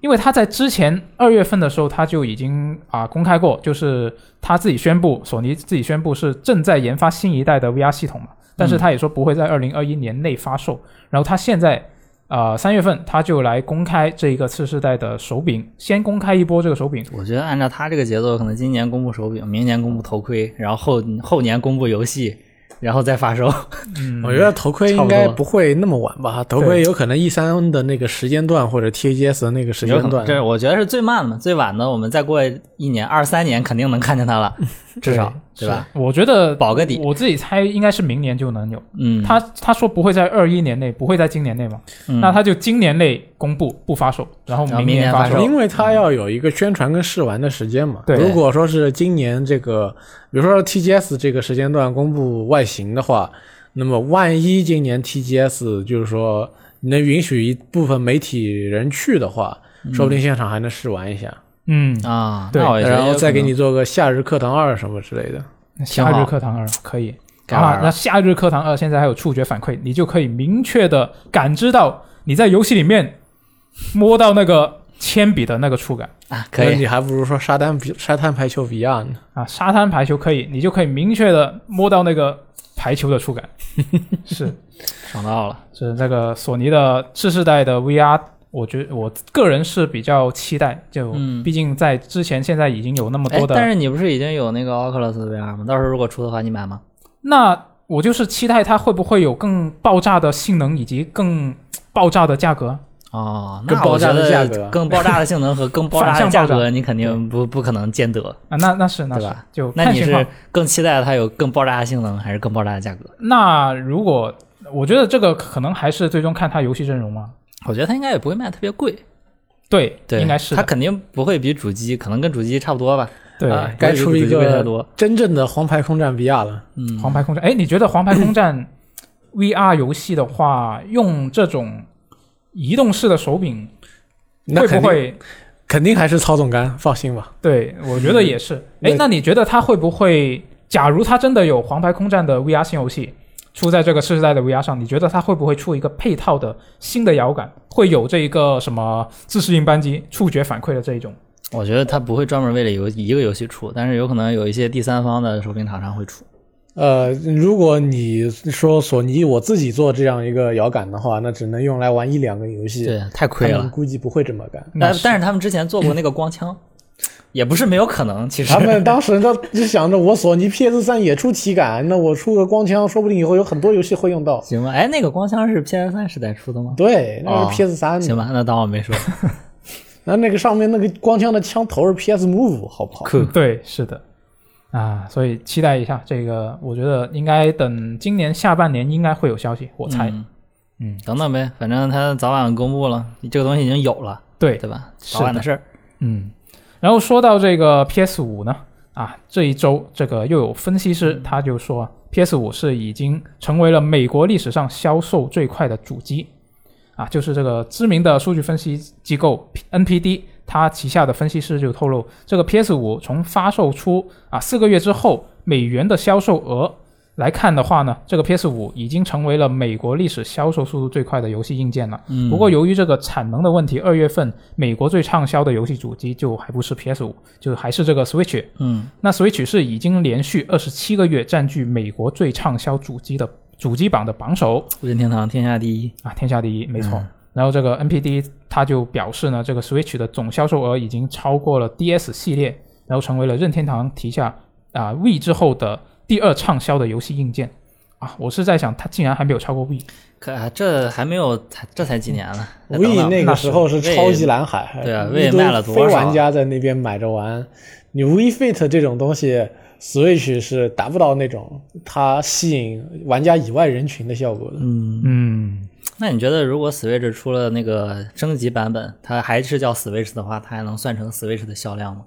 S1: 因为它在之前二月份的时候，它就已经啊、公开过，就是它自己宣布，索尼自己宣布是正在研发新一代的 VR 系统嘛，但是它也说不会在二零二一年内发售。然后它现在啊三、月份，它就来公开这一个次世代的手柄，先公开一波这个手柄。
S3: 我觉得按照他这个节奏，可能今年公布手柄，明年公布头盔，然后后后年公布游戏，然后再 发售。
S1: 嗯，
S2: 我觉得头盔
S3: 差
S2: 应
S3: 不
S2: 该
S3: 多
S2: 不会那么晚吧？头盔有可能 E 三的那个时间段或者 TGS 的那个时
S3: 有
S2: 间
S3: 可能，
S2: 段，
S3: 对，我觉得是最慢的，最晚的，我们再过一年，二三年肯定能看见 它了，至少对吧？
S1: 我觉得
S3: 保个底，
S1: 我自己猜应该是明年就能有。
S3: 嗯，
S1: 他他说不会在二一年内，不会在今年内嘛？
S3: 嗯
S1: 那他就今年内公布不发售，然后
S3: 然后
S1: 明
S3: 明年
S1: 发
S3: 发售
S1: 售。
S2: 因为它要有一个宣传跟试玩的时间嘛。
S1: 对
S2: 如果说是今年这个，比如说 TGS 这个时间段公布外形的话，那么万一今年 TGS 就是说能允许一部分媒体人去的话，说不定现场还能试玩一下，
S1: 嗯，
S3: 啊，
S1: 对
S3: 那嗯我觉得
S2: 然后
S3: 有可
S2: 再给
S3: 能
S2: 你做个夏日课堂二什么之类的。
S3: 啊挺
S1: 夏
S3: 好
S1: 日课堂二可以
S3: 该玩
S1: 啊
S3: 了。
S1: 那夏日课堂二现在还有触觉反馈，你就可以明确的感知到你在游戏里面摸到那个铅笔的那个触感
S3: 啊，可
S2: 那
S3: 以
S2: 你还不如说沙滩比沙滩排球 VR 呢。
S1: 啊。沙滩排球可以，你就可以明确的摸到那个排球的触 感。是，
S3: 爽到了，
S1: 是那个索尼的次世代的 VR，我觉得我个人是比较期待，就
S3: 嗯
S1: 毕竟在之前现在已经有那么
S3: 哎
S1: 多，的，
S3: 但是你不是已经有那个 Oculus VR 吗？到时候如果出的话，你买吗？
S1: 那我就是期待它会不会有更爆炸的性能以及更爆炸的价格。
S3: 哦，
S2: 更
S3: 那我
S2: 爆炸
S3: 觉
S2: 的
S3: 得
S2: 价格
S3: 更爆炸的性 能和更爆炸
S1: 反
S3: 的
S1: 向
S3: 价
S1: 爆炸
S3: 格，你肯定不不可能兼得。
S1: 啊，那那是那
S3: 对
S1: 是
S3: 吧，
S1: 就
S3: 那
S1: 看
S3: 你
S1: 情况
S3: 是。更期待它有更爆炸的性能，还是更爆炸的价格？
S1: 那如果我觉得这个可能还是最终看它游戏阵容嘛，
S3: 我觉得它应该也不会卖特别贵，
S1: 对，
S3: 对，
S1: 应该是
S3: 它
S1: 的
S3: 肯定不会比主机，可能跟主机差不多吧。
S1: 对。
S2: 啊该出一
S3: 不会比主机贵太
S2: 个
S3: 多
S2: 真正的黄牌空战 VR 了。
S3: 嗯，
S1: 黄牌空战，哎，你觉得黄牌空 战 VR 游戏的话，用这种移动式的手柄
S2: 那
S1: 会
S2: 肯
S1: 不
S2: 定
S1: 会？
S2: 肯定还是操纵杆，放心吧。
S1: 对，我觉得也
S3: 嗯
S1: 是。哎、
S2: 那
S1: 那你觉得它会不会？假如它真的有《黄牌空战》的 VR 新游戏出在这个次世代的 VR 上，你觉得它会不会出一个配套的新的摇杆？会有这一个什么自适应扳机、触觉反馈的这一种？
S3: 我觉得它不会专门为了游一个游戏出，但是有可能有一些第三方的手柄厂商会出。
S2: 呃，如果你说索尼我自己做这样一个摇杆的话，那只能用来玩一两个游戏，
S3: 对，太亏
S2: 他们
S3: 了。
S2: 估计不会这么干。
S1: 那
S3: 但
S1: 是
S3: 但是他们之前做过那个光枪，也不是没有可能。其实
S2: 他们当时都就想着，我索尼 PS 3也出体感，那我出个光枪，说不定以后有很多游戏会用到。
S3: 行吧？哎，那个光枪是 PS 三时代出的吗？
S2: 对，那
S3: 哦
S2: 是 PS 3
S3: 行吧，那当我没说。
S2: 那那个上面那个光枪的枪头是 PS Move，好不好？
S3: 酷
S1: 对，是的。啊，所以期待一下这个，我觉得应该等今年下半年应该会有消息，我猜。
S3: 嗯
S1: 嗯
S3: 等等呗，反正它早晚公布了，这个东西已经有了，
S1: 对，
S3: 对吧？
S1: 是的
S3: 早晚的事儿。
S1: 嗯，然后说到这个 PS 五呢，啊，这一周这个又有分析师他就说，PS 五是已经成为了美国历史上销售最快的主机，啊，就是这个知名的数据分析机构 NPD，它旗下的分析师就透露，这个 PS 五从发售出啊四个月之后，美元的销售额。来看的话呢，这个 PS 五已经成为了美国历史销售速度最快的游戏硬件了。
S3: 嗯，
S1: 不过由于这个产能的问题，二月份美国最畅销的游戏主机就还不是 PS 五，就还是这个 Switch。
S3: 嗯
S1: 那 Switch 是已经连续二十七个月占据美国最畅销主机的主机榜的榜首
S3: 任天堂天下第一。
S1: 啊，天下第一，没错。然后这个 NPD 它就表示呢，这个 Switch 的总销售额已经超过了 DS 系列，然后成为了任天堂旗下啊 V 之后的第二畅销的游戏硬件。啊，我是在想它竟然还没有超过 V，
S3: 可啊这还没有，才这才几年了。再等
S2: V
S3: 等
S2: 那个时候是
S3: 那是
S2: 超级蓝海，
S3: 对啊
S2: 一堆
S3: Wii 卖了多少
S2: 非玩家在那边买着玩，你 V Fit 这种东西，Switch 是达不到那种它吸引玩家以外人群的效果的。，
S1: 嗯，
S3: 那你觉得，如果 Switch 出了那个升级版本，它还是叫 Switch 的话，它还能算成 Switch 的销量吗？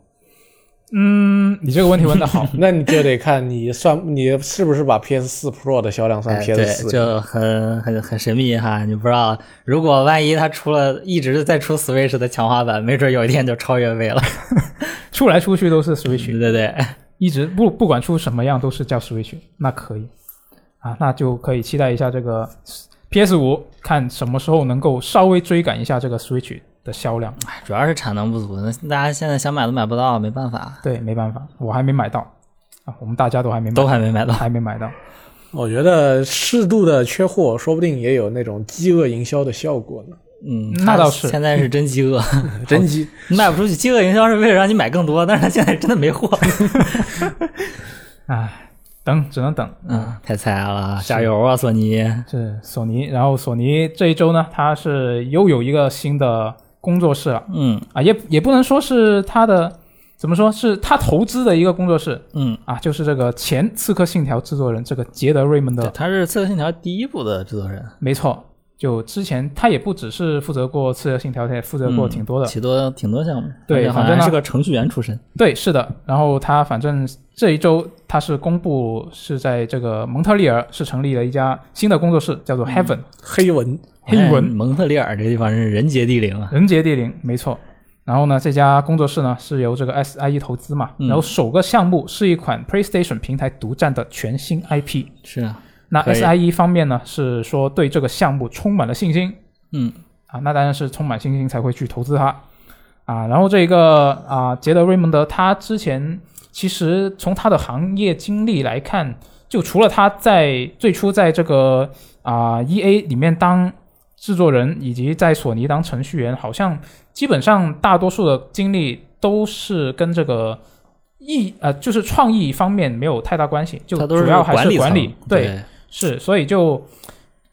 S1: 嗯，你这个问题问的好
S2: 那你就得看你算你是不是把 PS 四 Pro 的销量算
S3: 哎
S2: PS
S3: 对，
S2: 四、
S3: 就很很很神秘哈，你不知道。如果万一它出了一直在出 Switch 的强化版，没准有一天就超越 V 了。
S1: 出来出去都是 Switch，
S3: 对对哎对，
S1: 一直不不管出什么样都是叫 Switch，那可以啊，那就可以期待一下这个 PS 五，看什么时候能够稍微追赶一下这个 Switch 的销量。
S3: 哎主要是产能不足，那大家现在想买都买不到，没办法，
S1: 对，没办法，我还没买到啊，我们大家都还没买，
S3: 都还没买 到。
S1: 还没买到。
S2: 我觉得适度的缺货，说不定也有那种饥饿营销的效果呢。
S3: 嗯，
S1: 那倒是
S3: 现在是真饥饿，
S2: 真机
S3: 你卖不出去，饥饿营销是为了让你买更多，但是它现在真的没货。
S1: 唉，等只能等。
S3: 嗯，太菜了，加油啊，索尼！
S1: 这索尼，然后索尼这一周呢，它是又有一个新的工作室了
S3: 嗯
S1: 啊，也也不能说是它的怎么说是它投资的一个工作室
S3: 嗯，
S1: 啊，就是这个前《刺客信条》制作人这个杰德·瑞蒙德
S3: 对，他是《刺客信条》第一部的制作人，
S1: 没错，就之前他也不只是负责过《刺客信条》，他也负责
S3: 嗯
S1: 过挺多的。
S3: 挺多挺多项目。
S1: 对
S3: 而且好
S1: 反正
S3: 像
S1: 呢
S3: 是个程序员出身。
S1: 对，是的。然后他反正这一周他是公布是在这个蒙特利尔是成立了一家新的工作室，叫做
S3: 嗯
S1: Heaven、
S2: 黑文
S1: 黑
S3: 哎
S1: 文
S3: 蒙特利尔这地方是人杰地灵啊。
S1: 人杰地灵，没错。然后呢，这家工作室呢是由这个 SIE 投资嘛，
S3: 嗯
S1: 然后首个项目是一款 PlayStation 平台独占的全新 IP。
S3: 是啊，
S1: 那
S3: 可以
S1: SIE 方面呢是说对这个项目充满了信心，
S3: 嗯，
S1: 啊，那当然是充满信心才会去投资它啊。然后这一个啊，杰德·瑞蒙德，他之前其实从他的行业经历来看，就除了他在最初在这个啊 E A 里面当制作人，以及在索尼当程序员，好像基本上大多数的经历都是跟这个。艺呃，就是创意方面没有太大关系，就
S3: 他都
S1: 主要还
S3: 管
S1: 是
S3: 理
S1: 管
S3: 层
S1: 理，
S3: 对，
S1: 是，所以就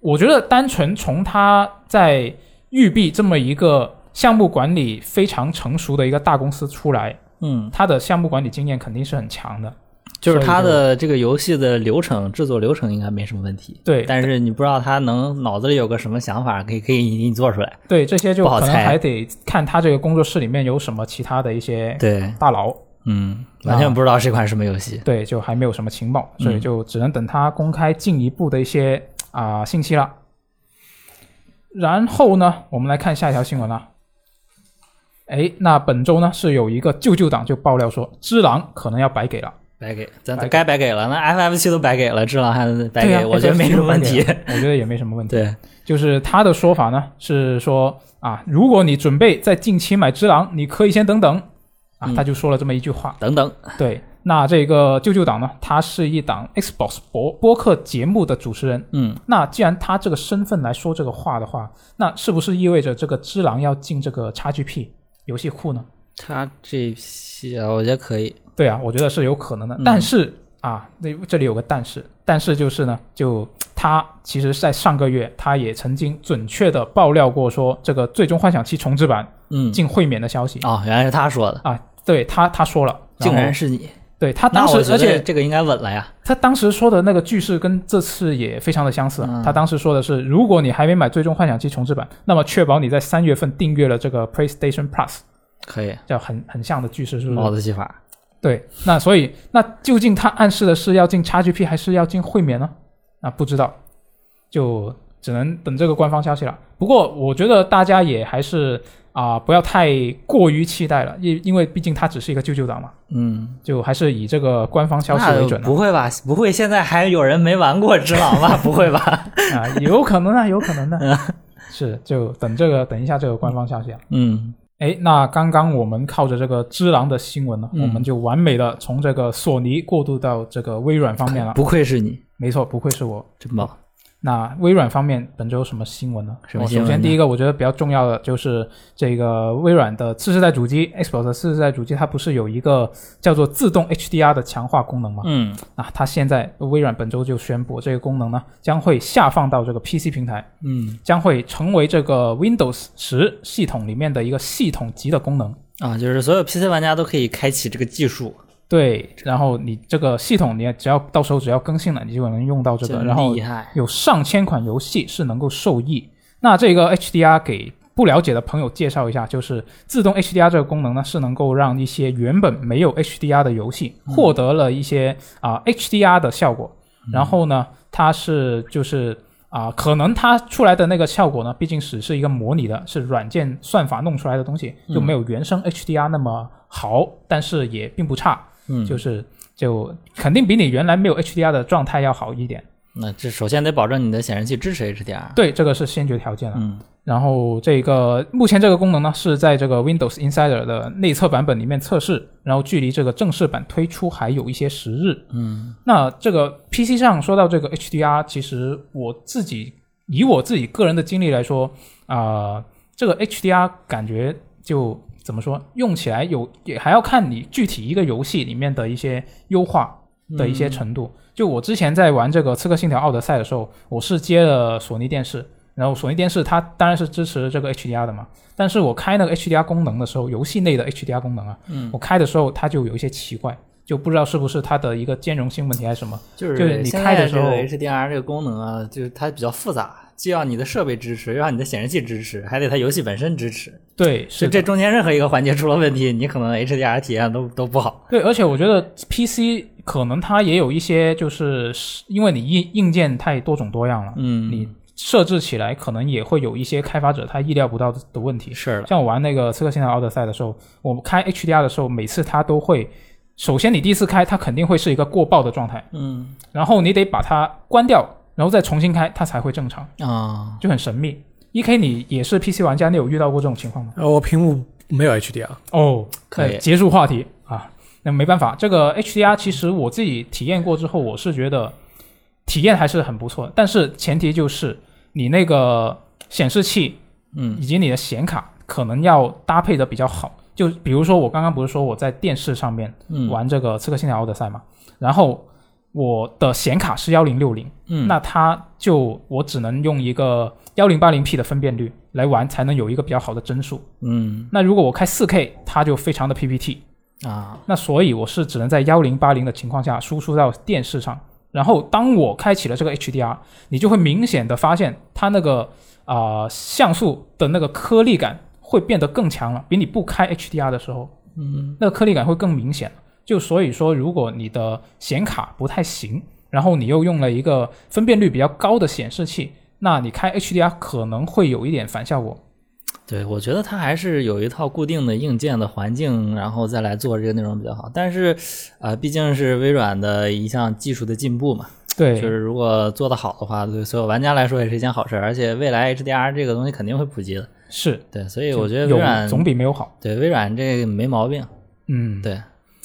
S1: 我觉得单纯从他在育碧这么一个项目管理非常成熟的一个大公司出来，
S3: 嗯，
S1: 他的项目管理经验肯定是很强的。
S3: 就是
S1: 所以
S3: 他
S1: 就
S3: 的这个游戏的流程制作流程应该没什么问题。
S1: 对
S3: 但是你不知道他能脑子里有个什么想法，可以可以给你做出来。
S1: 对，这些就
S3: 不好
S1: 可能
S3: 猜
S1: 还得看他这个工作室里面有什么其他的一些
S3: 对，
S1: 大佬，
S3: 嗯，完全不知道是款什么游戏。
S1: 对，就还没有什么情报，所以就只能等他公开进一步的一些啊、信息了。然后呢，我们来看下一条新闻啦。哎，那本周呢是有一个舅舅党就爆料说，《只狼》可能要白给了。
S3: 白给，啊咱
S1: 白给
S3: 该白给了。那 FF 七都白给了，智狼还能白给，
S1: 对呀
S3: 我觉得没什么问题。
S1: 我觉得也没什么问题。
S3: 对，
S1: 就是他的说法呢是说啊，如果你准备在近期买《只狼》，你可以先等等啊，
S3: 嗯
S1: 他就说了这么一句话。
S3: 等等，
S1: 对，那这个舅舅党呢，他是一档 Xbox 播播客节目的主持人。
S3: 嗯，
S1: 那既然他这个身份来说这个话的话，那是不是意味着这个只狼要进这个 XGP 游戏库呢？
S3: 他这批啊，我觉得可以。
S1: 对啊，我觉得是有可能的。但是啊，那这里有个但是，但是就是呢，就他其实在上个月他也曾经准确的爆料过说，这个《最终幻想七》重置版
S3: 嗯，
S1: 进会免的消息、
S3: 哦，原来是他说的，
S1: 啊，对他他说了，
S3: 竟然
S1: 后
S3: 是你。
S1: 对他
S3: 那
S1: 当时
S3: 我觉
S1: 而
S3: 得
S1: 且。
S3: 这个应该稳了呀。
S1: 他当时说的那个句式跟这次也非常的相似啊。
S3: 嗯
S1: 他当时说的是，如果你还没买《最终幻想七》重置版，那么确保你在三月份订阅了这个 PlayStation Plus，
S3: 可以，
S1: 叫很很像的句式，是不
S3: 帽
S1: 是？
S3: 子戏法。
S1: 对，那所以那究竟他暗示的是要进 XGP 还是要进会免呢？啊，不知道，就只能等这个官方消息了。不过我觉得大家也还是啊、不要太过于期待了，因因为毕竟它只是一个舅舅党嘛，
S3: 嗯，
S1: 就还是以这个官方消息为准啊
S3: 那
S1: 了
S3: 不会吧？不会，现在还有人没玩过《只狼》吧？不会吧？
S1: 啊，有可能啊，有可能的。是，就等这个，等一下这个官方消息啊。
S3: 嗯，
S1: 哎，那刚刚我们靠着这个只狼的新闻呢，
S3: 嗯
S1: 我们就完美的从 这个索尼过渡到这个微软方面了。
S3: 不愧是你，
S1: 没错，不愧是我。
S3: 真棒。
S1: 那微软方面本周有什么新闻呢？
S3: 什么
S1: 我
S3: 新闻
S1: 首先
S3: 呢
S1: 第一个，我觉得比较重要的就是这个微软的次世代主机 Xbox 的次世代主机，它不是有一个叫做自动 HDR 的强化功能吗？
S3: 嗯
S1: 啊，它现在微软本周就宣布这个功能呢将会下放到这个 PC 平台，
S3: 嗯
S1: 将会成为这个 Windows 十系统里面的一个系统级的功能。
S3: 啊，就是所有 PC 玩家都可以开启这个技术，
S1: 对，然后你这个系统，你也只要到时候只要更新了，你就能用到这个。
S3: 真
S1: 然后
S3: 厉害，
S1: 有上千款游戏是能够受益。那这个 HDR 给不了解的朋友介绍一下，就是自动 HDR 这个功能呢，是能够让一些原本没有 HDR 的游戏获得了一些啊、HDR 的效果。然后呢，它是就是啊、可能它出来的那个效果呢，毕竟只是一个模拟的，是软件算法弄出来的东西，就没有原生 HDR 那么好，但是也并不差，
S3: 嗯，
S1: 就是就肯定比你原来没有 HDR 的状态要好一点。
S3: 那这首先得保证你的显示器支持 HDR，
S1: 对，这个是先决条件了。
S3: 嗯
S1: 然后这个目前这个功能呢是在这个 Windows Insider 的内测版本里面测试，然后距离这个正式版推出还有一些时日。
S3: 嗯
S1: 那这个 PC 上说到这个 HDR，其实我自己以我自己个人的经历来说，啊、这个 HDR 感觉就怎么说，用起来有也还要看你具体一个游戏里面的一些优化的一些程度。就我之前在玩这个《刺客信条：奥德赛》的时候，我是接了索尼电视。然后索尼电视它当然是支持这个 HDR 的嘛，但是我开那个 HDR 功能的时候，游戏内的 HDR 功能啊，
S3: 嗯，
S1: 我开的时候它就有一些奇怪，就不知道是不是它的一个兼容性问题还是什么。
S3: 就是
S1: 就是你
S3: 现
S1: 开的
S3: 在
S1: 时
S3: 这个
S1: 候
S3: HDR 这个功能啊，就是它比较复杂，既要你的设备支持，又要你的显示器支持，还得它游戏本身支持，
S1: 对，是
S3: 就
S1: 的
S3: 这中间任何一个环节出了问题，你可能 HDR 体验都都不好。
S1: 对，而且我觉得 PC 可能它也有一些，就是因为你硬硬件太多种多样了，
S3: 嗯
S1: 你设置起来可能也会有一些开发者他意料不到的的问题。
S3: 是的，
S1: 像我玩那个《刺客信条：奥德赛》的时候，我开 HDR 的时候，每次它都会，首先你第一次开，它肯定会是一个过曝的状态，
S3: 嗯
S1: 然后你得把它关掉，然后再重新开，它才会正常，
S3: 啊，
S1: 就很神秘。E K，你也是 PC 玩家，你有遇到过这种情况吗？
S2: 呃，我屏幕没有啊 HDR，
S1: 哦，
S3: 可以
S1: 呃结束话题啊。那没办法，这个 HDR 其实我自己体验过之后，我是觉得体验还是很不错的，但是前提就是你那个显示器
S3: 嗯
S1: 以及你的显卡可能要搭配的比较好。就比如说我刚刚不是说我在电视上面
S3: 嗯，
S1: 玩这个《刺客信条：奥德赛》嘛，然后我的显卡是幺零六零，
S3: 嗯
S1: 那它就我只能用一个幺零八零 P 的分辨率来玩，才能有一个比较好的帧数。
S3: 嗯
S1: 那如果我开4 K，它就非常的 PPT。
S3: 啊
S1: 那所以我是只能在幺零八零的情况下输出到电视上。然后当我开启了这个 HDR，你就会明显的发现它那个啊、呃像素的那个颗粒感会变得更强了，比你不开 HDR 的时候，
S3: 嗯
S1: 那个颗粒感会更明显。就所以说，如果你的显卡不太行，然后你又用了一个分辨率比较高的显示器，那你开 HDR 可能会有一点反效果。
S3: 对，我觉得它还是有一套固定的硬件的环境，然后再来做这个内容比较好。但是，啊、毕竟是微软的一项技术的进步嘛，
S1: 对，
S3: 就是如果做得好的话，对所有玩家来说也是一件好事儿。而且未来 HDR 这个东西肯定会普及的，
S1: 是，
S3: 对，所以我觉得微
S1: 有
S3: 软
S1: 总比没有好。
S3: 对微软这个没毛病，
S1: 嗯，
S3: 对，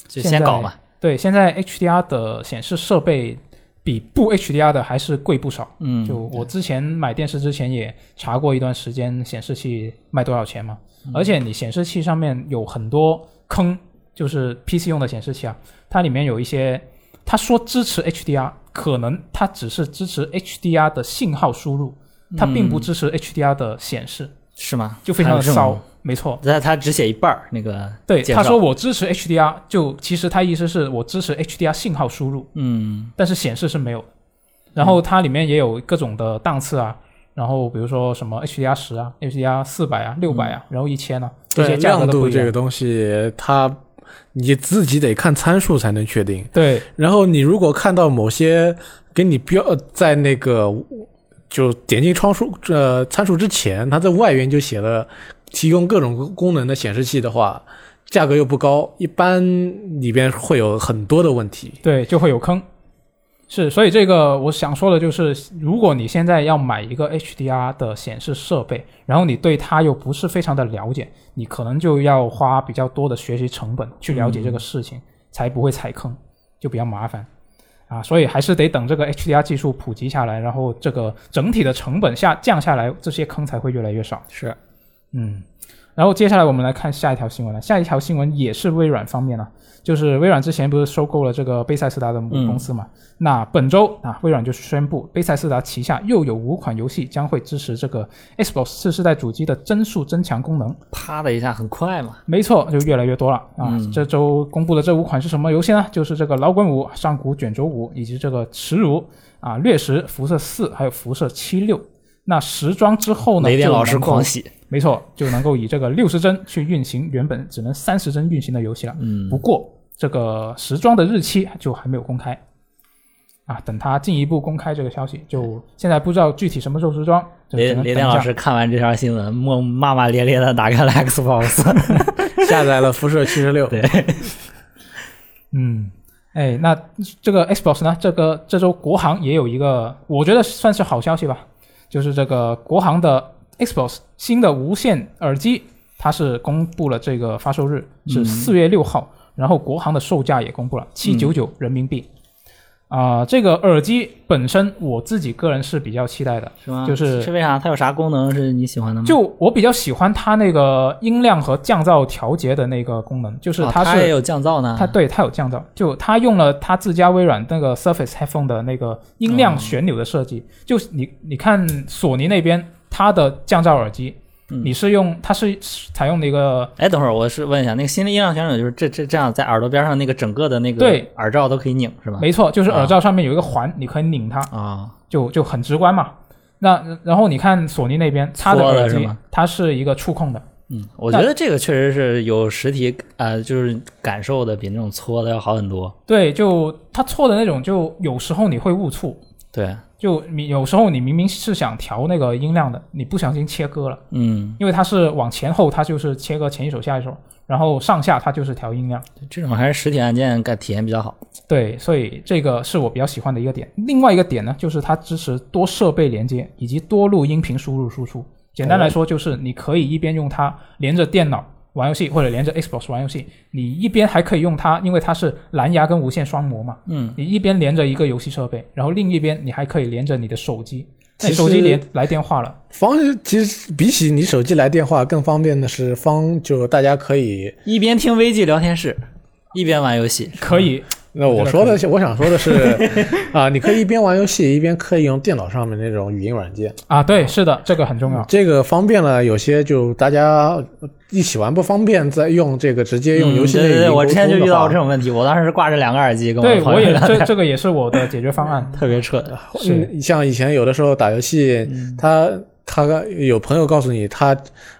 S3: 就
S1: 现
S3: 先搞
S1: 在
S3: 吧，
S1: 对，现在 HDR 的显示设备比不 HDR 的还是贵不少。
S3: 嗯，
S1: 就我之前买电视之前也查过一段时间显示器卖多少钱嘛，
S3: 嗯
S1: 而且你显示器上面有很多坑，就是 PC 用的显示器啊，它里面有一些，它说支持 HDR，可能它只是支持 HDR 的信号输入，它并不支持 HDR 的显示，
S3: 是吗？
S1: 就非常的
S3: 嗯还有这种
S1: 骚。。没错，
S3: 他他只写一半儿那个
S1: 对，
S3: 介
S1: 他
S3: 绍
S1: 说我支持 HDR，就其实他意思是我支持 HDR 信号输入，
S3: 嗯
S1: 但是显示是没有的。然后它里面也有各种的档次啊，然后比如说什么 HDR 十啊、HDR 四百啊、六百啊，然后一千啊，
S2: 嗯
S1: 这
S2: 对
S1: 些价格
S2: 亮
S1: 都不
S2: 度
S1: 一
S2: 这
S1: 样
S2: 个。东西，它你自己得看参数才能确定。
S1: 对
S2: 然后你如果看到某些给你标呃在那个就点进窗数呃参数之前，它在外缘就写了提供各种功能的显示器的话，价格又不高，一般里边会有很多的问题。
S1: 对，就会有坑。是，所以这个我想说的就是，如果你现在要买一个 HDR 的显示设备，然后你对它又不是非常的了解，你可能就要花比较多的学习成本去了解这个事情，才不会踩坑，就比较麻烦。啊，所以还是得等这个 HDR 技术普及下来，然后这个整体的成本下降下来，这些坑才会越来越少。
S2: 是，
S1: 嗯，然后接下来我们来看下一条新闻了。下一条新闻也是微软方面啊，就是微软之前不是收购了这个贝塞斯达的母
S3: 嗯
S1: 公司嘛？那本周啊，微软就宣布，贝塞斯达旗下又有五款游戏将会支持这个 Xbox 次世代主机的帧数增强功能。
S3: 啪的一下很快嘛，
S1: 没错，就越来越多了啊！
S3: 嗯
S1: 这周公布的这五款是什么游戏呢？就是这个《老滚五》《上古卷轴五》以及这个《耻辱》啊，《掠食》《辐射四》还有《辐射七六》。那时装之后呢？
S3: 雷电
S1: 就
S3: 老师
S1: 能够
S3: 狂喜，
S1: 没错，就能够以这个六十帧去运行原本只能三十帧运行的游戏了。
S3: 嗯
S1: 不过这个时装的日期就还没有公开啊，等它进一步公开这个消息，就现在不知道具体什么时候时装。就只
S3: 雷
S1: 能等
S3: 雷电
S1: 一
S3: 老
S1: 下
S3: 师看完这条新闻，默骂骂咧咧的打开了 Xbox，
S2: 下载了辐射七十 六，
S3: 对，
S1: 嗯，哎，那这个 Xbox 呢？这个这周国行也有一个，我觉得算是好消息吧，就是这个国行的 Xbox 新的无线耳机，它是公布了这个发售日是四月六号，然后国行的售价也公布了七九九人民币。啊、这个耳机本身我自己个人是比较期待的，
S3: 是吗？
S1: 就是
S3: 是为啥？它有啥功能是你喜欢的吗？
S1: 就我比较喜欢它那个音量和降噪调节的那个功能，就是
S3: 哦
S1: 它是、
S3: 也有降噪呢，
S1: 它对它有降噪，就它用了它自家微软那个 Surface Headphone 的那个音
S3: 哦
S1: 量旋钮的设计。就是你你看索尼那边它的降噪耳机，
S3: 嗯
S1: 你是用它是采用那个
S3: 哎，等会儿我是问一下，那个心理音量旋钮就是这这这样在耳朵边上那个整个的那个
S1: 对
S3: 耳罩都可以拧是吧？
S1: 没错，就是
S3: 啊
S1: 耳罩上面有一个环，你可以拧它，
S3: 啊，
S1: 就就很直观嘛。那然后你看索尼那边，它的
S3: 缩了
S1: 耳
S3: 是
S1: 机
S3: 吗
S1: 它是一个触控的，
S3: 嗯，我觉得这个确实是有实体呃，就是感受的比那种搓的要好很多。
S1: 对，就它错的那种，就有时候你会误触，
S3: 对，
S1: 就你有时候你明明是想调那个音量的，你不小心切割了。
S3: 嗯，
S1: 因为它是往前后，它就是切割前一手下一手，然后上下它就是调音量。
S3: 这种还是实体按键感体验比较好。
S1: 对，所以这个是我比较喜欢的一个点。另外一个点呢，就是它支持多设备连接以及多路音频输入输出。简
S2: 哦
S1: 单来说，就是你可以一边用它连着电脑玩游戏，或者连着 Xbox 玩游戏，你一边还可以用它，因为它是蓝牙跟无线双模嘛，
S3: 嗯，
S1: 你一边连着一个游戏设备，然后另一边你还可以连着你的手机。
S2: 其
S1: 那
S2: 实
S1: 手机连来电话了，
S2: 方式其实比起你手机来电话更方便的是方，就大家可以。
S3: 一边听 VG 聊天室，一边玩游戏。
S1: 可以
S2: 那我说的，是，我想说 的是，啊、你可以一边玩游戏一边可以用电脑上面那种语音软件，
S1: 啊，对，是的，这个很重
S3: 啊
S1: 要。
S2: 这个方便了。有些就大家一起玩不方便，再用这个直接用游戏
S3: 嗯
S2: 内语
S3: 对
S2: 音
S3: 对对，
S2: 沟
S3: 我之前就
S2: 通
S3: 遇
S2: 的
S3: 到
S2: 话
S3: 过这种问题，我当时是挂着两个耳机跟
S1: 对，
S3: 的朋
S1: 我
S3: 友
S1: 也
S3: 聊嗯
S1: 这这个也是我的解决方案。
S3: 特别蠢。
S1: 是
S2: 嗯，像以前有的时候打游戏，
S3: 嗯
S2: 他他有朋友告诉你他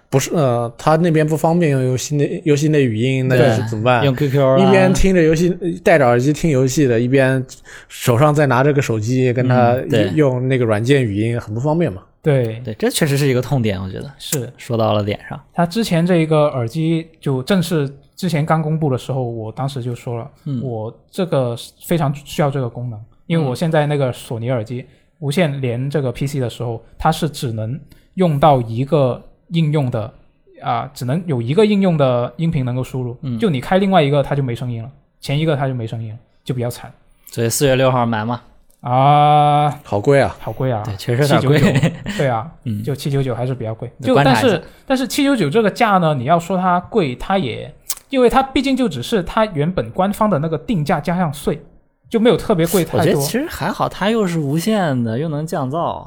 S2: 不是呃，他那边不方便用游戏内游戏内语音，那
S3: 对
S2: 就是怎么办？
S3: 用啊 QQ
S2: 一边
S3: 啦
S2: 听着游戏，戴着耳机听游戏的，一边手上再拿着个手机跟他
S3: 嗯对
S2: 用那个软件语音，很不方便嘛。
S1: 对，
S3: 对，这确实是一个痛点，我觉得
S1: 是
S3: 说到了点上。
S1: 它之前这个耳机就正式之前刚公布的时候，我当时就说了，
S3: 嗯
S1: 我这个非常需要这个功能，因为我现在那个索尼耳机无线连这个 PC 的时候，它是只能用到一个应用的啊、只能有一个应用的音频能够输入，
S3: 嗯
S1: 就你开另外一个它就没声音了，前一个它就没声音了，就比较惨
S3: 所以四月六号买嘛，
S1: 啊、
S2: 好贵啊！
S1: 好贵啊，
S3: 对，确实有点
S1: 799
S3: 贵。
S1: 对啊，
S3: 嗯
S1: 就七九九还是比较贵。
S3: 就
S1: 就
S3: 观察
S1: 但
S3: 一下
S1: 是但是七九九这个价呢，你要说它贵，它也，因为它毕竟就只是它原本官方的那个定价加上税，就没有特别贵
S3: 我
S1: 太
S3: 觉得
S1: 多
S3: 其。实还好，它又是无线的，又能降噪，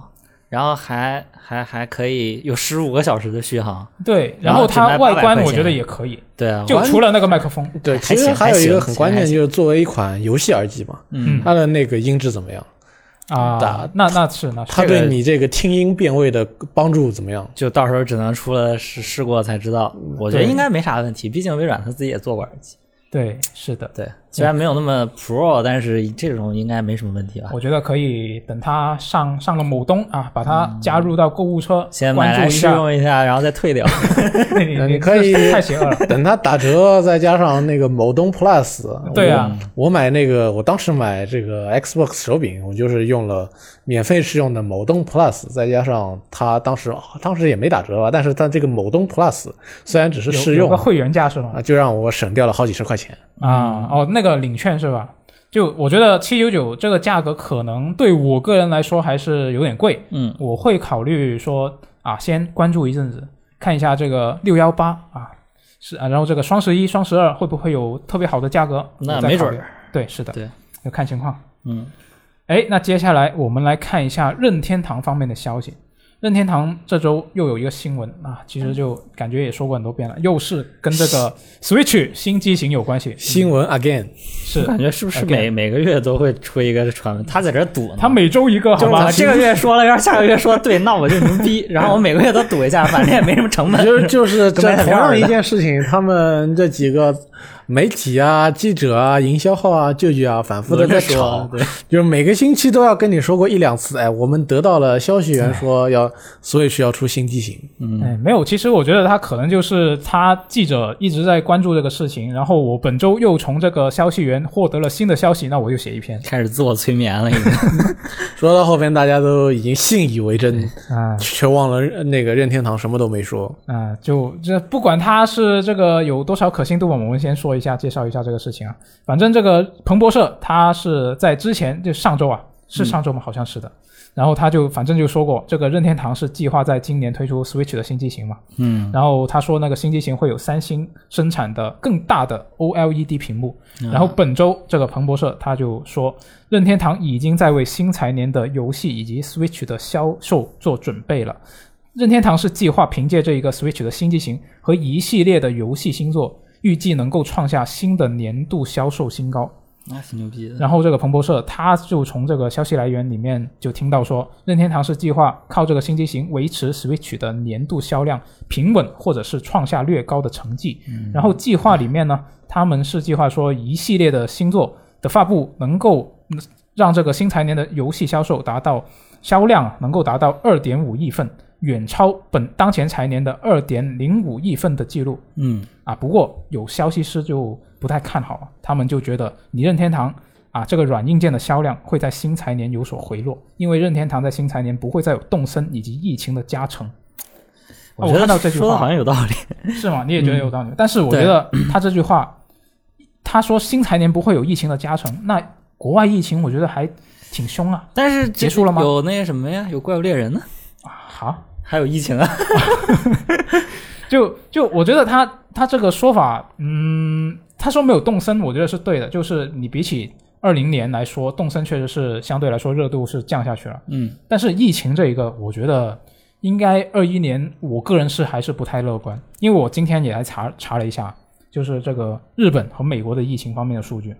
S3: 然后还还还可以有十五个小时的续航。
S1: 对，然
S3: 然后
S1: 后
S3: 只卖
S1: 它外
S3: 800
S1: 观
S3: 块
S1: 我觉得
S3: 钱
S1: 也可以，
S3: 对啊，
S1: 就
S3: 我
S1: 除了那个麦克风，
S2: 对，
S3: 还
S2: 其实
S3: 行
S2: 还有
S3: 还
S2: 一
S3: 行
S2: 个很关
S3: 还
S2: 键，
S3: 行
S2: 就是作为一款游戏耳机嘛，
S3: 嗯，
S2: 它的那个音质怎么样？
S1: 啊
S2: 打，
S1: 那那是那是
S2: 它
S3: 这个
S2: 对你这个听音辨位的帮助怎么样？
S3: 就到时候只能出了试试过才知道。我觉得
S2: 对
S3: 应该没啥问题，毕竟微软它自己也做过耳机。
S1: 对，是的，
S3: 对，虽然没有那么 Pro，但是这种应该没什么问题吧？
S1: 我觉得可以等它上上了某东啊，把它加入到购物车，
S3: 嗯先
S1: 关
S3: 买
S1: 注
S3: 来
S1: 一
S3: 试
S1: 下。
S3: 用一下，然后再退 掉。
S1: 你
S2: 嗯
S1: 你
S2: 可以
S1: 这太邪 恶了。
S2: 等它打折，再加上那个某东 Plus，
S1: 对啊
S2: 我，我买那个，我当时买这个 Xbox 手柄，我就是用了免费试用的某东 Plus，再加上它当时哦当时也没打折吧，但是它这个某东 Plus 虽然只是
S1: 有
S2: 试
S1: 有
S2: 用
S1: 个会员价是吗？
S2: 啊，就让我省掉了好几十块钱。
S1: 啊，哦，那个领券是吧？就我觉得七九九这个价格可能对我个人来说还是有点贵，
S3: 嗯，
S1: 我会考虑说啊，先关注一阵子，看一下这个六幺八啊，是啊，然后这个双十一、双十二会不会有特别好的价格？
S3: 那
S1: 我再
S3: 没准
S1: 考虑
S3: 儿，
S1: 对，是的，
S3: 对，
S1: 要看情况。
S3: 嗯，
S1: 哎，那接下来我们来看一下任天堂方面的消息。任天堂这周又有一个新闻啊，其实
S3: 嗯
S1: 就感觉也说过很多遍了，又是跟这个 Switch 新机型有关系。
S2: 新闻 again，
S1: 是
S3: 我感觉是不
S1: Again
S3: 是每每个月都会出一个传闻？他在这儿赌呢？
S1: 它每周一个，
S3: 就
S1: 好
S3: 是我
S1: 吧？
S3: 这个 月说了，要是下个月说对，那我就牛逼。然后我每个月都赌一下，反正也没什么成 本。
S2: 就是就是
S3: 跟买
S2: 这同
S3: 彩票
S2: 样
S3: 似
S2: 一
S3: 的
S2: 件事情，他们这几个媒体啊、记者啊、营销号啊、舅舅啊，反复的
S3: 轮着
S2: 在
S3: 说
S2: 吵，，
S3: 对，
S2: 就是每个星期都要跟你说过一两次，哎，我们得到了消息源说要 Switch 要出新机型，
S3: 嗯
S1: 哎，没有，其实我觉得他可能就是他记者一直在关注这个事情，然后我本周又从这个消息源获得了新的消息，那我就写一篇
S3: 开始自我催眠了，已 经。
S2: 说到后边大家都已经信以为真，
S1: 啊。
S2: 却忘了呃那个任天堂什么都没说。
S1: 啊、就这不管它是这个有多少可信度吧，我们先说一下，介绍一下这个事情啊。反正这个彭博社他是在之前就上周啊，是上周吗？好像是的。然后他就反正就说过，这个任天堂是计划在今年推出 Switch 的新机型嘛。
S3: 嗯，
S1: 然后他说那个新机型会有三星生产的更大的 OLED 屏幕。然后本周这个彭博社他就说，任天堂已经在为新财年的游戏以及 Switch 的销售做准备了。任天堂是计划凭借这一个 Switch 的新机型和一系列的游戏新作，预计能够创下新的年度销售新高。
S3: 那挺牛逼的。
S1: 然后这个彭博社他就从这个消息来源里面就听到说，任天堂是计划靠这个新机型维持 Switch 的年度销量平稳，或者是创下略高的成绩。然后计划里面呢，他们是计划说一系列的新作的发布能够嗯让这个新财年的游戏销售达到销量啊能够达到二点五亿份，远超本当前财年的二点零五亿份的记录。
S3: 嗯，
S1: 啊，不过有消息师就不太看好，啊他们就觉得你任天堂啊这个软硬件的销量会在新财年有所回落，因为任天堂在新财年不会再有动森以及疫情的加成，
S3: 哦
S1: 啊
S3: 我
S1: 我
S3: 觉得
S1: 看到这句话
S3: 说的好像有嗯道理。
S1: 是吗？你也觉得有道理？但是我
S2: 对
S1: 觉得他这句话，他说新财年不会有疫情的加成，那国外疫情我觉得还挺凶啊
S3: 但是
S1: 结束了吗
S3: 有那个什么呀？有怪物猎人呢？
S1: 啊！好，
S3: 还有疫情啊？
S1: 就就我觉得他他这个说法，嗯，他说没有动森，我觉得是对的。就是你比起二零年来说，动森确实是相对来说热度是降下去了。
S3: 嗯，
S1: 但是疫情这一个，我觉得应该二一年，我个人是还是不太乐观，因为我今天也来查查了一下，就是这个日本和美国的疫情方面的数据。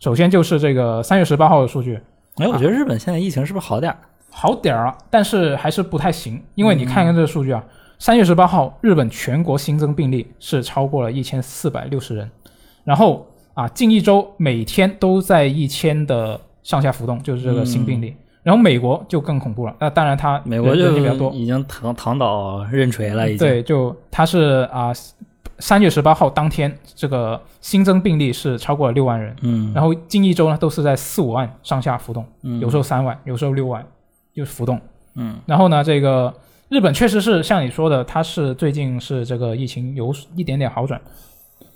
S1: 首先就是这个三月十八号的数据，
S3: 哎，我觉得日本现在疫情是不是好点儿？
S1: 好点儿啊，但是还是不太行，因为你看看这个数据啊，三、月十八号，日本全国新增病例是超过了一千四百六十人，然后啊，近一周每天都在一千的上下浮动，就是这个新病例。然后美国就更恐怖了，那当然它
S3: 嗯美国
S1: 人
S3: 就
S1: 人比较多，
S3: 已经躺躺倒认锤了，已经。
S1: 对，就它是啊，三、月十八号当天这个新增病例是超过了六万人，
S3: 嗯，
S1: 然后近一周呢都是在四五万上下浮动，
S3: 嗯
S1: 有时候三万，有时候六万，就是浮动。
S3: 嗯，
S1: 然后呢，这个日本确实是像你说的，它是最近是这个疫情有一点点好转。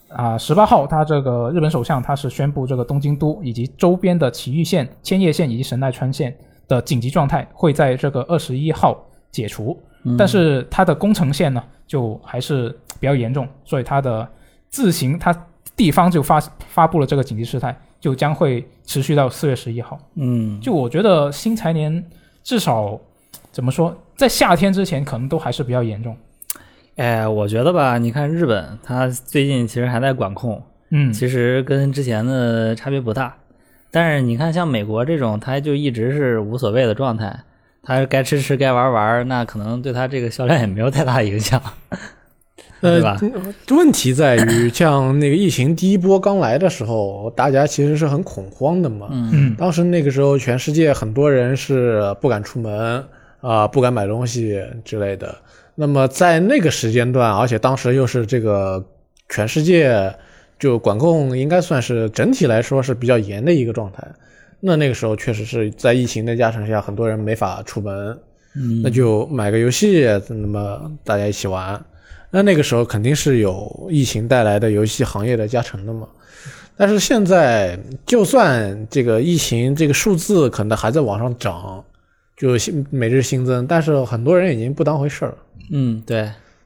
S1: 啊，十八号，它这个日本首相他是宣布，这个东京都以及周边的埼玉县、千叶县以及神奈川县的紧急状态会在这个二十一号解除，
S3: 嗯
S1: 但是它的宫城县呢，就还是比较严重，所以它的自行它地方就发发布了这个紧急事态，就将会持续到四月十一号。
S3: 嗯，
S1: 就我觉得新财年至少怎么说，在夏天之前可能都还是比较严重。
S3: 哎，我觉得吧，你看日本，它最近其实还在管控，
S1: 嗯，
S3: 其实跟之前的差别不大。但是你看，像美国这种，它就一直是无所谓的状态，它该吃吃，该玩玩，那可能对它这个销量也没有太大影响，
S2: 呃嗯
S3: 对吧？
S2: 问题在于，像那个疫情第一波刚来的时候，大家其实是很恐慌的嘛。
S1: 嗯
S2: 当时那个时候，全世界很多人是不敢出门啊、不敢买东西之类的。那么在那个时间段，而且当时又是这个全世界就管控，应该算是整体来说是比较严的一个状态。那那个时候确实是在疫情的加成下，很多人没法出门，
S3: 嗯
S2: 那就买个游戏，那么大家一起玩。那那个时候肯定是有疫情带来的游戏行业的加成的嘛。但是现在就算这个疫情这个数字可能还在往上涨，就新每日新增，但是很多人已经不当回事儿了。
S3: 嗯，对，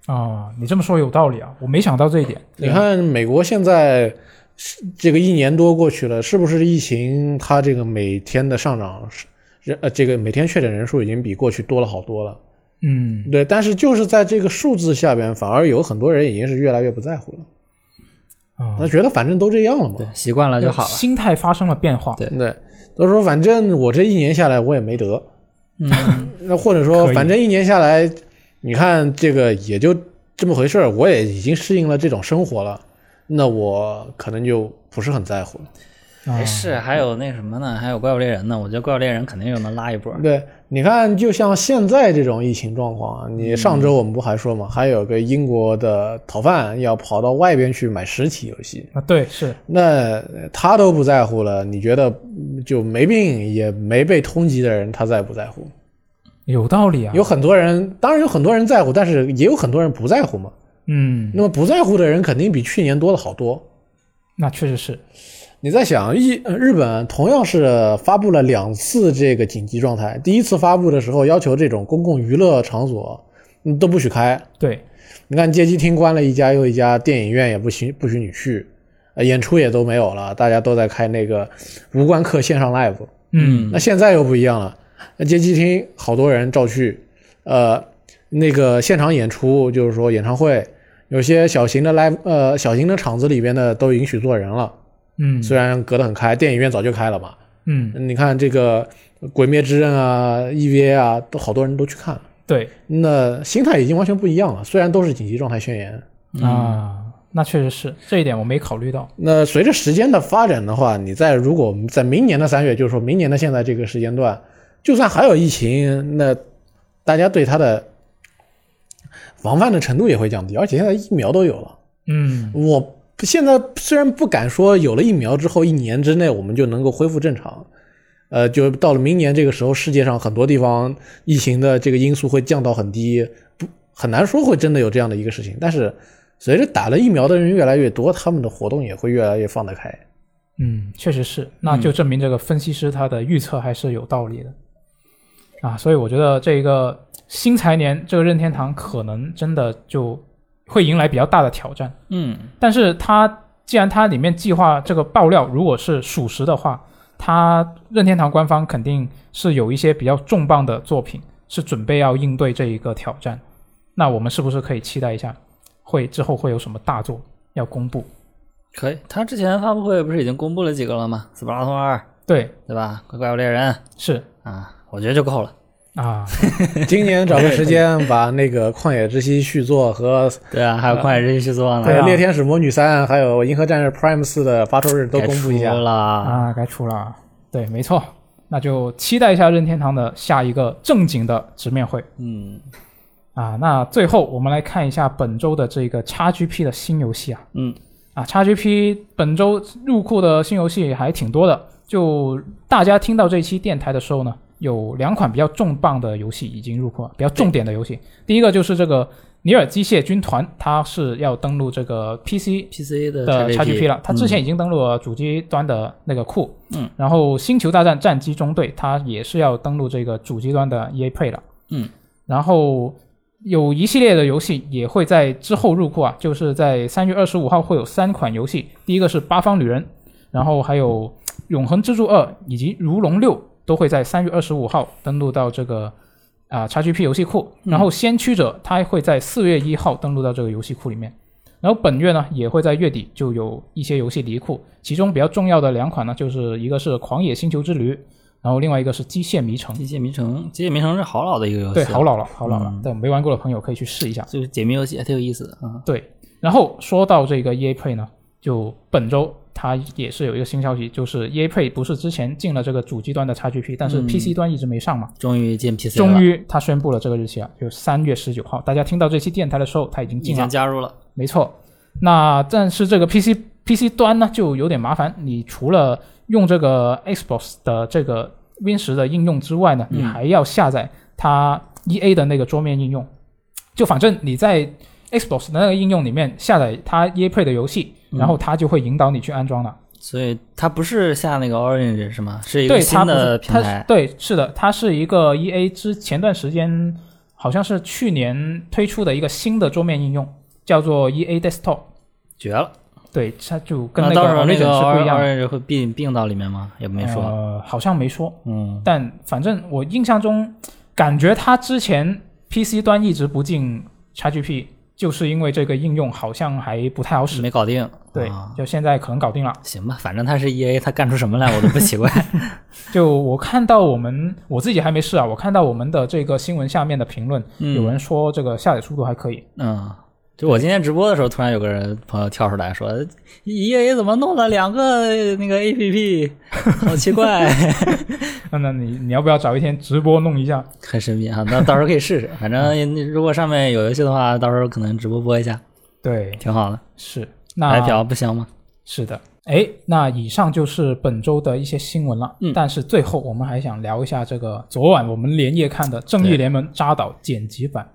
S1: 啊，你这么说有道理啊，我没想到这一点。
S2: 你看美国现在是这个一年多过去了，是不是疫情它这个每天的上涨是人呃这个每天确诊人数已经比过去多了好多了？
S1: 嗯，
S2: 对，但是就是在这个数字下边，反而有很多人已经是越来越不在乎了，
S1: 啊，
S2: 那觉得反正都这样了嘛。
S3: 习惯嗯了就好了。
S1: 心态发生了变化。
S3: 对
S2: 对，都说反正我这一年下来我也没得，
S3: 嗯，
S2: 那或者说
S1: 可以
S2: 反正一年下来，你看这个也就这么回事儿，我也已经适应了这种生活了，那我可能就不是很在乎了。
S1: 啊
S3: 没事，哎还有那什么呢？还有怪物猎人呢？我觉得怪物猎人肯定又能拉一
S1: 嗯
S3: 波。
S2: 对，你看，就像现在这种疫情状况啊，你上周我们不还说嘛，还有个英国的逃犯要跑到外边去买实体游戏，
S1: 啊，对，是
S2: 那他都不在乎了，你觉得嗯就没病也没被通缉的人，他在不在乎？
S1: 有道理啊。
S2: 有很多人，当然有很多人在乎，但是也有很多人不在乎嘛。
S1: 嗯，
S2: 那么不在乎的人肯定比去年多了好多。
S1: 那确实是。
S2: 你在想，日呃日本同样是发布了两次这个紧急状态，第一次发布的时候要求这种公共娱乐场所嗯都不许开，
S1: 对，
S2: 你看街机厅关了一家又一家，电影院也不许不许你去，呃，演出也都没有了，大家都在开那个无关客线上 live。
S1: 嗯，
S2: 那现在又不一样了，那街机厅好多人照去，呃，那个现场演出就是说演唱会，有些小型的 live 呃小型的场子里边的都允许坐人了。
S1: 嗯，
S2: 虽然隔得很开，电影院早就开了嘛。
S1: 嗯，
S2: 你看这个《鬼灭之刃》啊、EVA 啊，都好多人都去看了。
S1: 对
S2: 那心态已经完全不一样了，虽然都是紧急状态宣言。
S3: 嗯
S1: 啊，那确实是这一点我没考虑到。
S2: 那随着时间的发展的话，你在如果在明年的三月，就是说明年的现在这个时间段，就算还有疫情，那大家对它的防范的程度也会降低，而且现在疫苗都有了。
S1: 嗯，
S2: 我现在虽然不敢说有了疫苗之后一年之内我们就能够恢复正常，呃，就到了明年这个时候，世界上很多地方疫情的这个因素会降到很低，不很难说会真的有这样的一个事情。但是随着打了疫苗的人越来越多，他们的活动也会越来越放得 开。
S1: 嗯，确实是，那就证明这个分析师他的预测还是有道理的、啊，所以我觉得这个新财年这个任天堂可能真的就会迎来比较大的挑战，
S3: 嗯，
S1: 但是它既然它里面计划这个爆料如果是属实的话，它任天堂官方肯定是有一些比较重磅的作品是准备要应对这一个挑战，那我们是不是可以期待一下会之后会有什么大作要公布？
S3: 可以。他之前发布会不是已经公布了几个了吗？斯巴达通二，
S1: 对，
S3: 对吧？怪物猎人
S1: 是
S3: 啊，我觉得就够了。
S1: 啊。
S2: 今年找个时间把那个《旷野之息》续作和
S3: 对啊，还有旷野之息续作呢
S2: 还
S3: 哎
S1: 对，
S2: 有
S1: 啊
S2: 《猎天使魔女三》还有《银河战士 Prime 四》的发售日都公布一
S3: 该
S2: 下
S3: 出。了。
S1: 啊，该出了。对，没错，那就期待一下任天堂的下一个正经的直面会
S3: 嗯
S1: 啊。那最后我们来看一下本周的这个 XGP 的新游戏啊
S3: 嗯，
S1: 啊，XGP 本周入库的新游戏还挺多的。就大家听到这期电台的时候呢，有两款比较重磅的游戏已经入库了，比较重点的游戏。第一个就是这个《尼尔机械军团》，它是要登录这个 PC
S3: ，PC 的
S1: 的 XGP 了，它之前
S3: 嗯
S1: 已经登录了主机端的那个库，
S3: 嗯，
S1: 然后《星球大战：战机中队》它也是要登录这个主机端的 EA Play 了，
S3: 嗯，
S1: 然后有一系列的游戏也会在之后入库啊，就是在三月二十五号会有三款游戏，第一个是《八方旅人》，然后还有《永恒之柱二》以及《如龙六》都会在三月二十五号登录到这个。啊，XGP 游戏库，
S3: 嗯
S1: 然后《先驱者》它会在四月一号登录到这个游戏库里面。然后本月呢也会在月底就有一些游戏离库，其中比较重要的两款呢，就是一个是《狂野星球之旅》，然后另外一个是《机械迷城
S3: 嗯机械迷城，机械迷城是好老的一个游》。戏，
S1: 对，好，老了，好老了，
S3: 嗯
S1: 但没玩过的朋友可以去试一下。
S3: 就是解密游戏，还挺有意思的啊。
S1: 对，然后说到这个 EA Play 呢，就本周它也是有一个新消息，就是 EA Play 不是之前进了这个主机端的 XGP，但是
S3: 嗯
S1: PC 端一直没上嘛。
S3: 终于进 PC 了，
S1: 终于，它宣布了这个日期啊，就三月十九号。大家听到这期电台的时候，它已经
S3: 已
S1: 进了
S3: 经，加入了。
S1: 没错，那但是这个 PC PC 端呢就有点麻烦，你除了用这个 Xbox 的这个 Win 十的应用之外呢，
S3: 嗯
S1: 你还要下载它 EA 的那个桌面应用。就反正你在 Xbox 的那个应用里面下载它 EA E Play 的游戏，
S3: 嗯
S1: 然后它就会引导你去安装了。
S3: 所以它不是下那个 Orange 是吗？是一个
S1: 对，
S3: 新
S1: 它不
S3: 的
S1: 是
S3: 平
S1: 它
S3: 台。
S1: 对是的，它是一个 E A 之前段时间好像是去年推出的一个新的桌面应用，叫做 E A Desktop。
S3: 绝了！
S1: 对，它就跟那
S3: 啊到时
S1: 个
S3: 候那
S1: Origin
S3: 个
S1: 是不一样的。
S3: Orange 会并并到里面吗？也没说。
S1: 呃，好像没说，
S3: 嗯，
S1: 但反正我印象中，感觉它之前 PC 端一直不进 XGP，就是因为这个应用好像还不太好使。
S3: 没搞定。
S1: 对
S3: 啊，
S1: 就现在可能搞定了。
S3: 行吧，反正他是 E A，他干出什么来我都不奇怪。
S1: 就我看到我们我自己还没试啊，我看到我们的这个新闻下面的评论，
S3: 嗯
S1: 有人说这个下载速度还可以。
S3: 嗯，就我今天直播的时候，突然有个人朋友跳出来说，E A 怎么弄了两个那个 A P P，好奇怪，
S1: 那那你你要不要找一天直播弄一下？
S3: 很神秘啊。那到时候可以试试，
S1: 嗯
S3: 反正如果上面有游戏的话，到时候可能直播播一下，
S1: 对，
S3: 挺好的。
S1: 是
S3: 白
S1: 那
S3: 嫖不香吗？
S1: 是的。哎，那以上就是本周的一些新闻了。
S3: 嗯
S1: 但是最后我们还想聊一下这个昨晚我们连夜看的《正义联盟：扎导》剪辑版。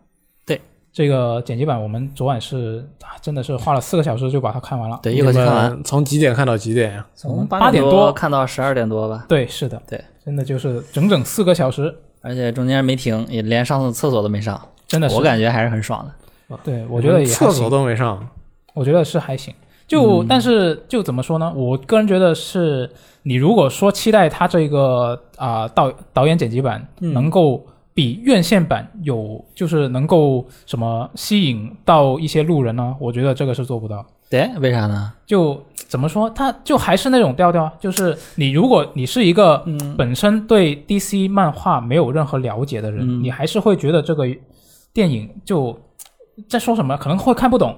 S3: 对，
S1: 这个剪辑版我们昨晚是啊真的是花了四个小时就把它看完了。
S3: 对，一口气看
S2: 你
S3: 完，
S2: 们从几点看到几点呀、
S1: 从
S3: 八
S1: 八点
S3: 多
S1: 多
S3: 看到十二点多吧，
S1: 对，是的，
S3: 对，
S1: 真的就是整整四个小时，
S3: 而且中间没停，也连上次厕所都没上，
S1: 真的是
S3: 我感觉还是很爽的。
S1: 对，我觉得也还
S2: 厕所
S1: 行，
S2: 都没上，
S1: 我觉得是还行。
S2: 嗯
S1: 就、但是就怎么说呢？我个人觉得是，你如果说期待它这个啊、导导演剪辑版
S2: 嗯
S1: 能够比院线版有，就是能够什么吸引到一些路人呢？我觉得这个是做不到。
S3: 对，为啥呢？
S1: 就怎么说，它就还是那种调调啊，就是你如果你是一个
S2: 嗯
S1: 本身对 DC 漫画没有任何了解的人，
S3: 嗯
S1: 你还是会觉得这个电影就在说什么，可能会看不懂。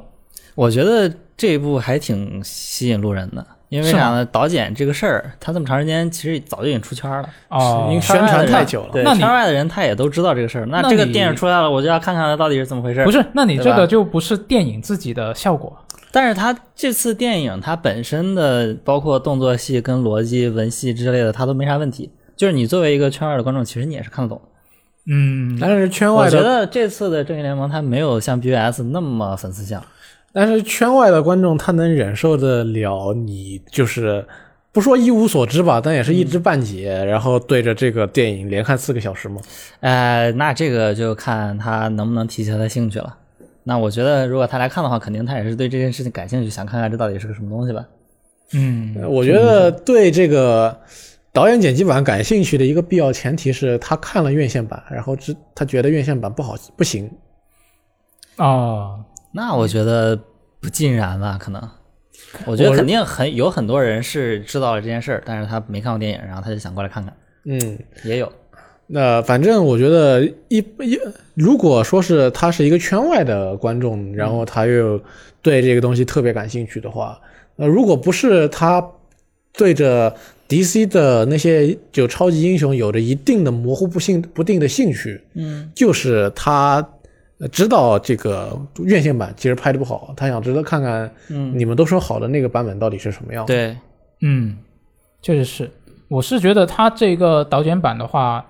S3: 我觉得这一部还挺吸引路人的，因为
S1: 是吗
S3: 啥呢？导剪这个事儿，他这么长时间其实早就已经出圈了，
S1: 哦，
S2: 因为宣传太久了。
S3: 对，
S1: 那你
S3: 圈外的人他也都知道这个事儿。那
S1: 那
S3: 这个
S1: 你
S3: 电影出来了，我就要看看它到底是怎么回事
S1: 不。是，那你
S3: 对
S1: 这
S3: 吧
S1: 个就不是电影自己的效果。
S3: 但是他这次电影它本身的，包括动作戏、跟逻辑、文戏之类的，它都没啥问题。就是你作为一个圈外的观众，其实你也是看得懂的。
S1: 嗯，
S2: 但是圈
S3: 我
S2: 外
S3: 觉
S2: 的，
S3: 得这次的《正义联盟》它没有像 BVS 那么粉丝向，
S2: 但是圈外的观众他能忍受得了你就是不说一无所知吧，但也是一知半解，然后对着这个电影连看四个小时嘛。
S3: 呃，那这个就看他能不能提起他的兴趣了。那我觉得，如果他来看的话，肯定他也是对这件事情感兴趣，想看看这到底是个什么东西吧。
S1: 嗯，
S2: 我觉得对这个导演剪辑版感兴趣的一个必要前提是他看了院线版，然后知他觉得院线版不好不行，
S1: 哦，
S3: 那我觉得不尽然吧，可能。我觉得肯定很有很多人是知道了这件事儿，但是他没看过电影，然后他就想过来看看，
S2: 嗯，
S3: 也有。
S2: 那反正我觉得一一，如果说是他是一个圈外的观
S3: 嗯
S2: 众，然后他又对这个东西特别感兴趣的话，那如果不是他对着 DC 的那些就超级英雄有着一定的模糊不兴不定的兴趣，
S3: 嗯，
S2: 就是他呃知道这个院线版其实拍的不好，他想知道看看，
S3: 嗯，
S2: 你们都说好的那个版本到底是什么样。，
S3: 对，
S1: 嗯，确实是。我是觉得它这个导剪版的话，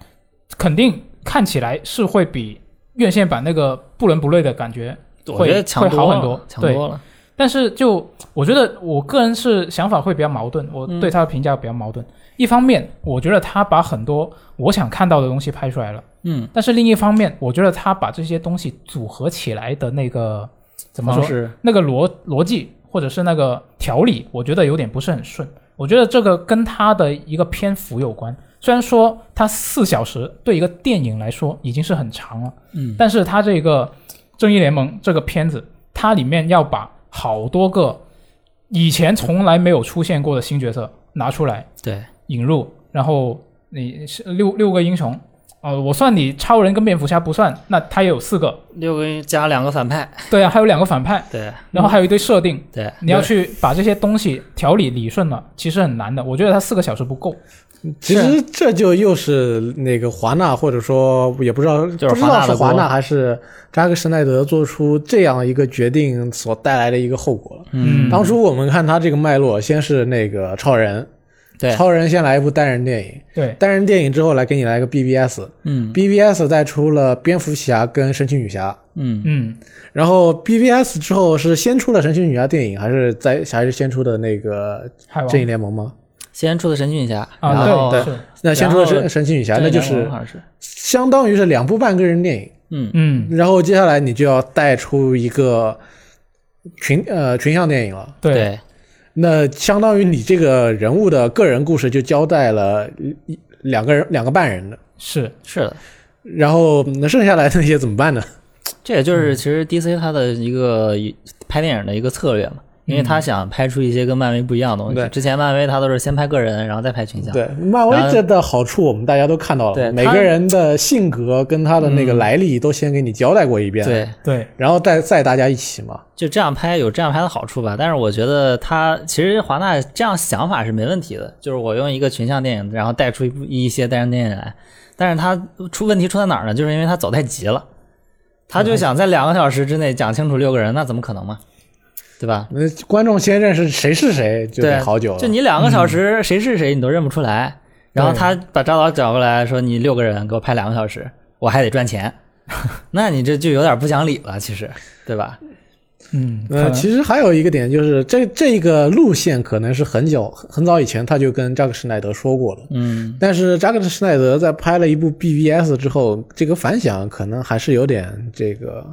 S1: 肯定看起来是会比院线版那个不伦不类的感觉
S3: 我觉得
S1: 会
S3: 强
S1: 会
S3: 多
S1: 好
S3: 了，
S1: 很多。
S3: 强
S1: 对，
S3: 多了。
S1: 但是就我觉得我个人是想法会比较矛盾，我
S3: 嗯
S1: 对他的评价比较矛盾。一方面，我觉得他把很多我想看到的东西拍出来了，
S3: 嗯，
S1: 但是另一方面，我觉得他把这些东西组合起来的那个怎么
S3: 方
S1: 说
S3: 式
S1: 那个逻逻辑或者是那个条理，我觉得有点不是很顺。我觉得这个跟他的一个篇幅有关。虽然说他四小时对一个电影来说已经是很长了，
S3: 嗯，
S1: 但是他这个《正义联盟》这个片子，它里面要把好多个以前从来没有出现过的新角色拿出来
S3: 对，
S1: 引入，然后你是六六个英雄，呃，我算你超人跟蝙蝠侠不算，那他也有四个，
S3: 六个加两个反派，
S1: 对啊，还有两个反派，
S3: 对
S1: 然后还有一堆设定，
S3: 对，
S1: 你要去把这些东西条理理顺了，其实很难的。我觉得它四个小时不够。
S2: 其实这就又是那个华纳，或者说也不知道，
S3: 就是
S2: 不知道是华
S3: 华纳的锅
S2: 纳还是扎克施耐德做出这样一个决定所带来的一个后果了。
S1: 嗯
S2: 当初我们看他这个脉络，先是那个超人，
S3: 对
S2: 超人先来一部单人电影，
S1: 对，
S2: 单人电影之后来给你来个 BBS，BBS
S3: 嗯
S2: 再出了蝙蝠侠跟神奇女侠，
S3: 嗯
S1: 嗯，
S2: 然后 BBS 之后是先出了神奇女侠电影，还是在还是先出的那个
S1: 海王
S2: 正义联盟吗？
S3: 先出的神奇女侠，
S1: 啊，
S3: 然后
S1: 对，是，
S2: 那先出了
S3: 然后
S2: 神神奇女侠，
S3: 正
S2: 那
S3: 义
S2: 就
S3: 联盟
S2: 是
S3: 好像是
S2: 相当于是两部半个人电影。
S3: 嗯
S1: 嗯，
S2: 然后接下来你就要带出一个群呃群像电影了。
S1: 对，
S3: 对
S2: 那相当于你这个人物的个人故事就交代了一一两个人两个半人的，
S1: 是，
S3: 是的，
S2: 然后那剩下来那些怎么 办呢？
S3: 这也
S2: 嗯
S3: 就是其实 DC 它的一个拍电影的一个策略嘛，因为他想拍出一些跟漫威不一样的东西。
S2: 嗯对
S3: 之前漫威他都是先拍个人，然后再拍群像。
S2: 对，漫威这的好处我们大家都看到
S3: 对
S2: 了，每
S3: 他
S2: 个人的性格跟他的那个来历都先给你交代过一遍，，
S3: 对，
S1: 对，
S2: 然后再再大家一起嘛，
S3: 就这样拍有这样拍的好处吧，但是我觉得他其实华纳这样想法是没问题的，就是我用一个群像电影，然后带出一部一些单人电影来，但是他出问题出在哪儿呢？就是因为他走太急了，他
S2: 嗯
S3: 就想在两个小时之内讲清楚六个人，那怎么可能嘛，对吧？
S2: 那观众先认识谁是谁就
S3: 对
S2: 得好久了，
S3: 就你两个小时谁是谁你都认不出来，然后他把张导找过来说你六个人给我拍两个小时，我还得赚钱， 那你这就有点不讲理了，其实，对吧？
S1: 嗯，可
S2: 呃，
S1: 能
S2: 其实还有一个点就是，这这个路线可能是很久很早以前他就跟扎克施耐德说过了，
S3: 嗯，
S2: 但是扎克施耐德在拍了一部 BBS 之后，这个反响可能还是有点这个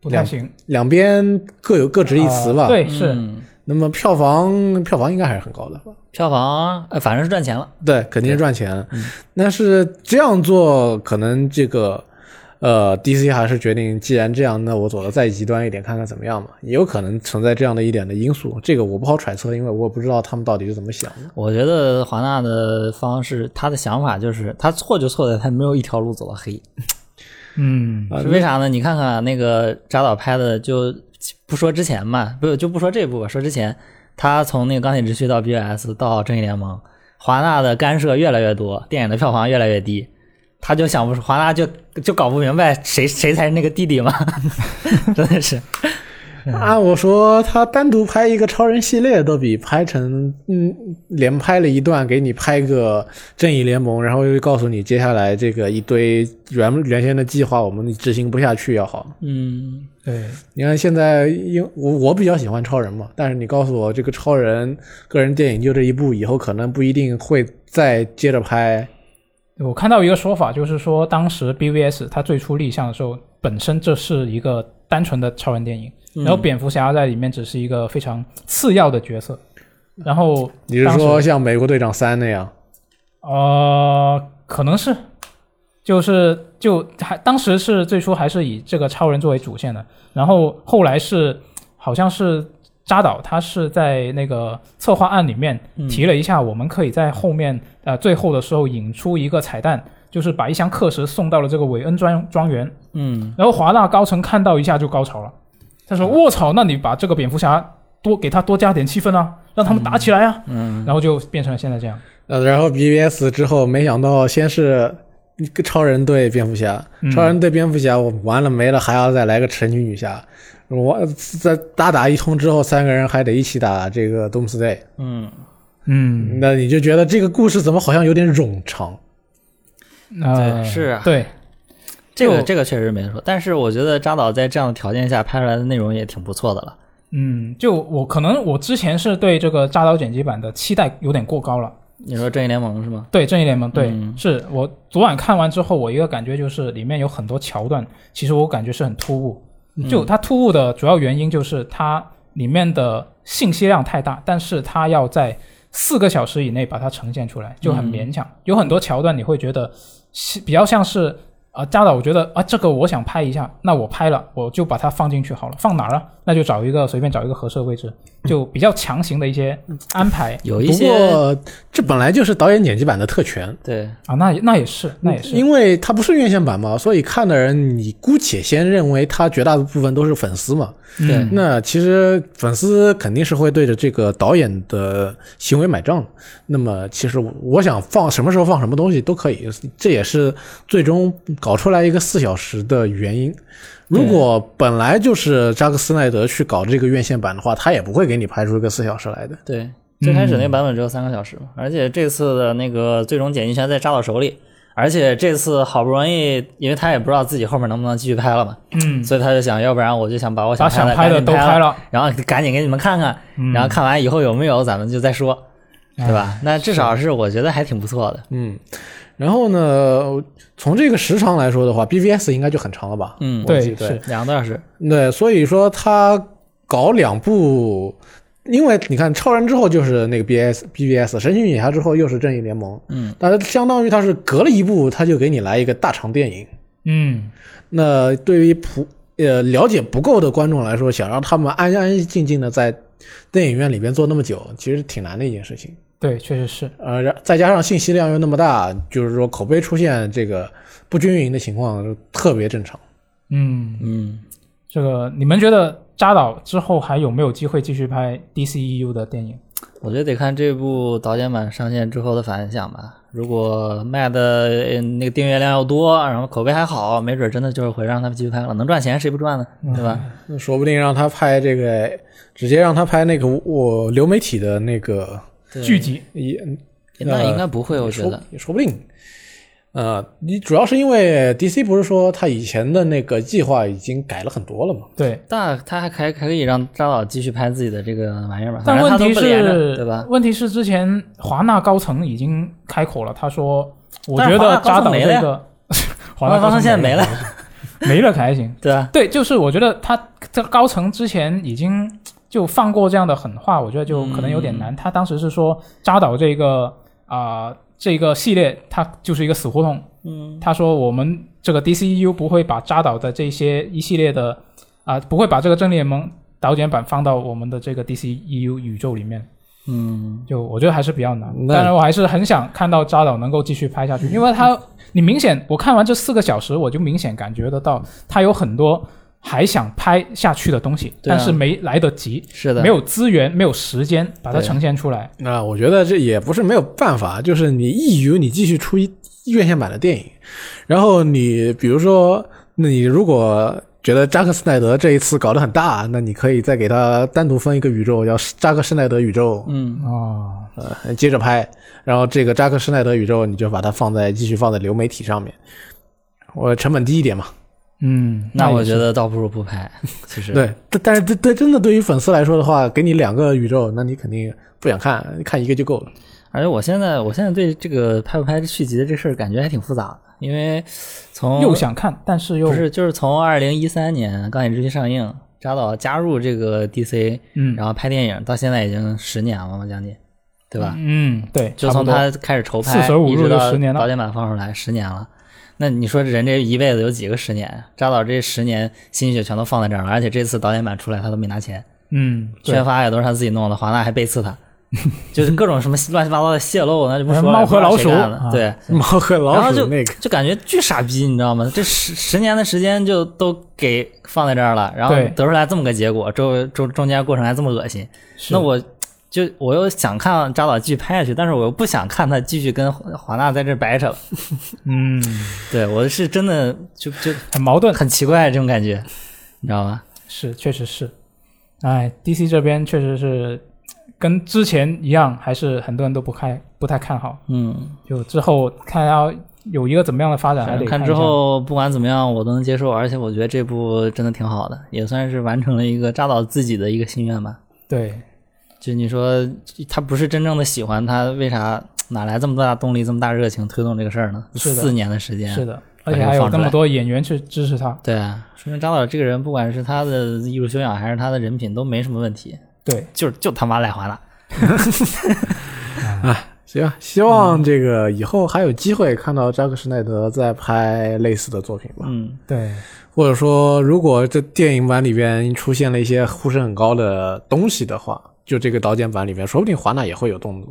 S1: 不太行，
S2: 两边各有各执一词吧。
S1: 啊，对，是，
S3: 嗯
S2: 那么票房票房应该还是很高的吧？
S3: 票房，呃，反正是赚钱了。
S2: 对，肯定是赚钱。但是这样做可能这个。呃，DC 还是决定，既然这样，那我走的再极端一点，看看怎么样嘛，也有可能存在这样的一点的因素，这个我不好揣测，因为我也不知道他们到底是怎么想的。
S3: 我觉得华纳的方式，他的想法就是他错就错在他没有一条路走到黑，
S1: 嗯，
S2: 啊
S3: 是为啥呢？你看看那个扎导拍的，就不说之前嘛，不就不说这部吧，说之前他从那个钢铁直驱到 BVS 到正义联盟，华纳的干涉越来越多，电影的票房越来越低。他就想不出，华纳就就搞不明白谁谁才是那个弟弟嘛， 真的是，
S2: 按啊我说，他单独拍一个超人系列，都比拍成嗯连拍了一段，给你拍个正义联盟，然后又告诉你接下来这个一堆原原先的计划我们执行不下去要好。
S3: 嗯，
S1: 对，
S2: 你看现在，因我我比较喜欢超人嘛，但是你告诉我这个超人个人电影就这一部，以后可能不一定会再接着拍。
S1: 我看到一个说法，就是说当时 BVS 它最初立项的时候，本身这是一个单纯的超人电影，然后蝙蝠侠在里面只是一个非常次要的角色，然后
S2: 你是
S1: 当时
S2: 说像美国队长三那样？
S1: 呃，可能是，就是就还当时是最初还是以这个超人作为主线的，然后后来是好像是扎导他是在那个策划案里面提了一下，我们可以在后面呃最后的时候引出一个彩蛋，就是把一箱课时送到了这个韦恩庄庄园，
S3: 嗯，
S1: 然后华纳高层看到一下就高潮了，他说卧槽，那你把这个蝙蝠侠多给他多加点气氛啊，让他们打起来啊，嗯，然后就变成了现在这样，
S2: 呃，然后 BBS 之后，没想到先是超人对蝙蝠侠，
S1: 嗯
S2: 超人对蝙蝠侠，我完了没了，还要再来个神奇女侠，我再大打一通之后，三个人还得一起打这个 Doomsday，
S3: 嗯，
S1: 嗯。
S2: 那你就觉得这个故事怎么好像有点冗长？
S1: 呃，
S3: 对是啊
S1: 对，
S3: 这个
S1: 就
S3: 这个确实没得说，但是我觉得扎导在这样的条件下拍出来的内容也挺不错的了。
S1: 嗯，就我可能我之前是对这个扎导剪辑版的期待有点过高了。
S3: 你说正义联盟是吗？
S1: 对《正义联盟》，对，
S3: 嗯
S1: 是我昨晚看完之后，我一个感觉就是里面有很多桥段，其实我感觉是很突兀。
S3: 嗯
S1: 就它突兀的主要原因就是它里面的信息量太大，但是它要在四个小时以内把它呈现出来，就很
S3: 嗯
S1: 勉强。有很多桥段你会觉得是比较像是啊、呃，扎导，我觉得啊，这个我想拍一下，那我拍了，我就把它放进去好了。放哪儿啊？那就找一个随便找一个合适的位置，就比较强行的一些
S3: 嗯
S1: 安排
S3: 有一
S2: 不
S3: 些
S2: 过这本来就是导演剪辑版的特权，
S3: 对，
S1: 啊。那也那也是，那也是。
S2: 嗯
S3: 嗯
S2: 因为它不是院线版嘛，所以看的人你姑且先认为它绝大部分都是粉丝嘛。
S3: 对
S1: 嗯
S2: 那其实粉丝肯定是会对着这个导演的行为买账的。那么，其实我我想放什么时候放什么东西都可以，这也是最终搞出来一个四小时的原因。如果本来就是扎克斯奈德去搞这个院线版的话，他也不会给你拍出一个四小时来的。
S3: 对，最开
S1: 嗯
S3: 始那个版本只有三个小时嘛，而且这次的那个最终剪辑权在扎导手里，而且这次好不容易，因为他也不知道自己后面能不能继续拍了嘛，
S1: 嗯，
S3: 所以他就想，要不然我就想把我
S1: 把
S3: 拍
S1: 想
S3: 的
S1: 拍
S3: 赶
S1: 的
S3: 紧
S1: 都
S3: 拍
S1: 拍，了，
S3: 然后赶紧给你们看看，
S1: 嗯哎
S3: 然后看完以后有没有咱们就再说，对吧？那至少是我觉得还挺不错的，
S2: 嗯，然后呢，从这个时长来说的话，BVS 应该就很长了吧？
S3: 嗯，
S2: 我
S1: 对
S2: 记对
S1: 是
S3: 两个多小时，
S2: 对，所以说他搞两部，因为你看超人之后就是那个 BS BVS，神奇女侠之后又是正义联盟，
S3: 嗯，
S2: 但是相当于他是隔了一部，他就给你来一个大长电影。
S1: 嗯，
S2: 那对于普呃了解不够的观众来说，想让他们安安静静的在电影院里边坐那么久，其实挺难的一件事情。
S1: 对，确实是，
S2: 呃，然再加上信息量又那么大，就是说口碑出现这个不均匀的情况就特别正常。
S1: 嗯，
S3: 嗯，
S1: 这个你们觉得扎导之后还有没有机会继续拍 DCEU 的电影？
S3: 我觉得得看这部导演版上线之后的反响吧。如果卖的呃那个订阅量要多，然后口碑还好，没准真的就是会让他们继续拍了。能赚钱谁不赚呢？
S1: 嗯
S3: 对吧？
S2: 那说不定让他拍这个，直接让他拍那个我流媒体的那个
S3: 对
S1: 剧集，
S2: 也
S3: 那应该不
S1: 呃
S3: 会，我
S2: 也
S3: 觉
S2: 说
S3: 得。
S2: 也说不定。呃，你主要是因为 DC 不是说他以前的那个计划已经改了很多了嘛？
S1: 对，
S3: 但他还还可以让扎导继续拍自己的这个玩意儿吧，
S1: 但
S3: 反正
S1: 问
S3: 他都
S1: 题
S3: 不连着，
S1: 是，
S3: 对吧？
S1: 问题是之前华纳高层已经开口了，他说，我
S3: 但
S1: 觉
S3: 是华
S1: 得
S3: 纳高
S1: 扎
S3: 层
S1: 导
S3: 没
S1: 这
S3: 了
S1: 个华
S3: 万
S1: 纳
S3: 方
S1: 高层
S3: 现在没了，
S1: 没了可还行。
S3: 对啊吧？
S1: 对，就是我觉得他这高层之前已经就放过这样的狠话，我觉得就可能有点难。他当时是说扎导这个啊、这个系列，它就是一个死胡同。
S3: 嗯，
S1: 他说我们这个 DCU 不会把扎导的这些一系列的啊、不会把这个正义联盟导演版放到我们的这个 DCU 宇宙里面。
S3: 嗯，
S1: 就我觉得还是比较难。
S2: 那
S1: 当然，我还是很想看到扎导能够继续拍下去，因为他，你明显我看完这四个小时，我就明显感觉得到他有很多还想拍下去的东西，
S3: 对啊
S1: 但是没来得及，
S3: 是的，
S1: 没有资源，没有时间把它
S3: 对
S1: 呈现出来。
S2: 那我觉得这也不是没有办法，就是你 EU 你继续出一院线版的电影，然后你比如说，那你如果觉得扎克施奈德这一次搞得很大，那你可以再给他单独分一个宇宙，叫扎克施奈德宇宙，
S3: 嗯，
S1: 哦，
S2: 呃，接着拍，然后这个扎克施奈德宇宙你就把它放在继续放在流媒体上面，我成本低一点嘛。
S1: 嗯，
S3: 那
S1: 也
S3: 我觉
S1: 是
S3: 得倒不如不拍， 其实，
S2: 对，但但是对对，真的对于粉丝来说的话，给你两个宇宙，那你肯定不想看，看一个就够了。
S3: 而且我现在我现在对这个拍不拍续集的这事儿感觉还挺复杂的，因为从
S1: 又想看，但是又
S3: 不是，就是从二零一三年《钢铁之躯》上映，扎导加入这个 DC，
S1: 嗯
S3: 然后拍电影到现在已经十年了嘛，将近，对吧？
S1: 嗯，对，
S3: 就
S1: 差
S3: 从
S1: 不多
S3: 他开始筹拍，
S1: 四舍五
S3: 一
S1: 入
S3: 直
S1: 就
S3: 到
S1: 10年了
S3: 导演版放出来十年了。那你说人这一辈子有几个十年啊？扎导这十年心血全都放在这儿了，而且这次导演版出来他都没拿钱，
S1: 嗯，对
S3: 宣。发也都是他自己弄的，华纳还背 刺他，就是各种什么乱七八糟的泄露，那就不说了。
S1: 猫和
S3: 不知道
S1: 老
S3: 谁
S1: 鼠
S3: 干的
S1: 啊
S3: 对，
S2: 猫和
S3: 然
S2: 老
S3: 后
S2: 鼠
S3: 就
S2: 那个，
S3: 就感觉巨傻逼，你知道吗？这十十年的时间就都给放在这儿了，然后
S1: 对
S3: 得出来这么个结果，中中中间过程还这么恶心，
S1: 是
S3: 那我就我又想看扎导继续拍下去，但是我又不想看他继续跟华华纳在这掰扯了。
S1: 嗯，
S3: 对我是真的就就
S1: 很矛盾，
S3: 很奇怪这种感觉，你知道吗？
S1: 是，确实是。哎，DC 这边确实是跟之前一样，还是很多人都不开不太看好。
S3: 嗯，
S1: 就之后看要有一个怎么样的发展，啊还
S3: 反
S1: 得
S3: 正
S1: 看
S3: 看
S1: 一
S3: 之
S1: 下，
S3: 后不管怎么样我都能接受，而且我觉得这部真的挺好的，也算是完成了一个扎导自己的一个心愿吧。
S1: 对，
S3: 就你说他不是真正的喜欢他，为啥哪来这么大动力、这么大热情推动这个事儿呢？
S1: 是的
S3: 四年的时间，
S1: 是的，
S3: 把
S1: 而且
S3: 这个
S1: 还有
S3: 放出
S1: 那么
S3: 来
S1: 多演员去支持他，
S3: 对啊，说明张导这个人，不管是他的艺术修养还是他的人品，都没什么问题，
S1: 对，
S3: 就是就他妈赖华纳。
S2: 行吧，希望这个以后还有机会看到扎克施奈德再拍类似的作品吧。
S3: 嗯，
S1: 对，
S2: 或者说，如果这电影版里边出现了一些呼声很高的东西的话，就这个导剪版里边，说不定华纳也会有动作。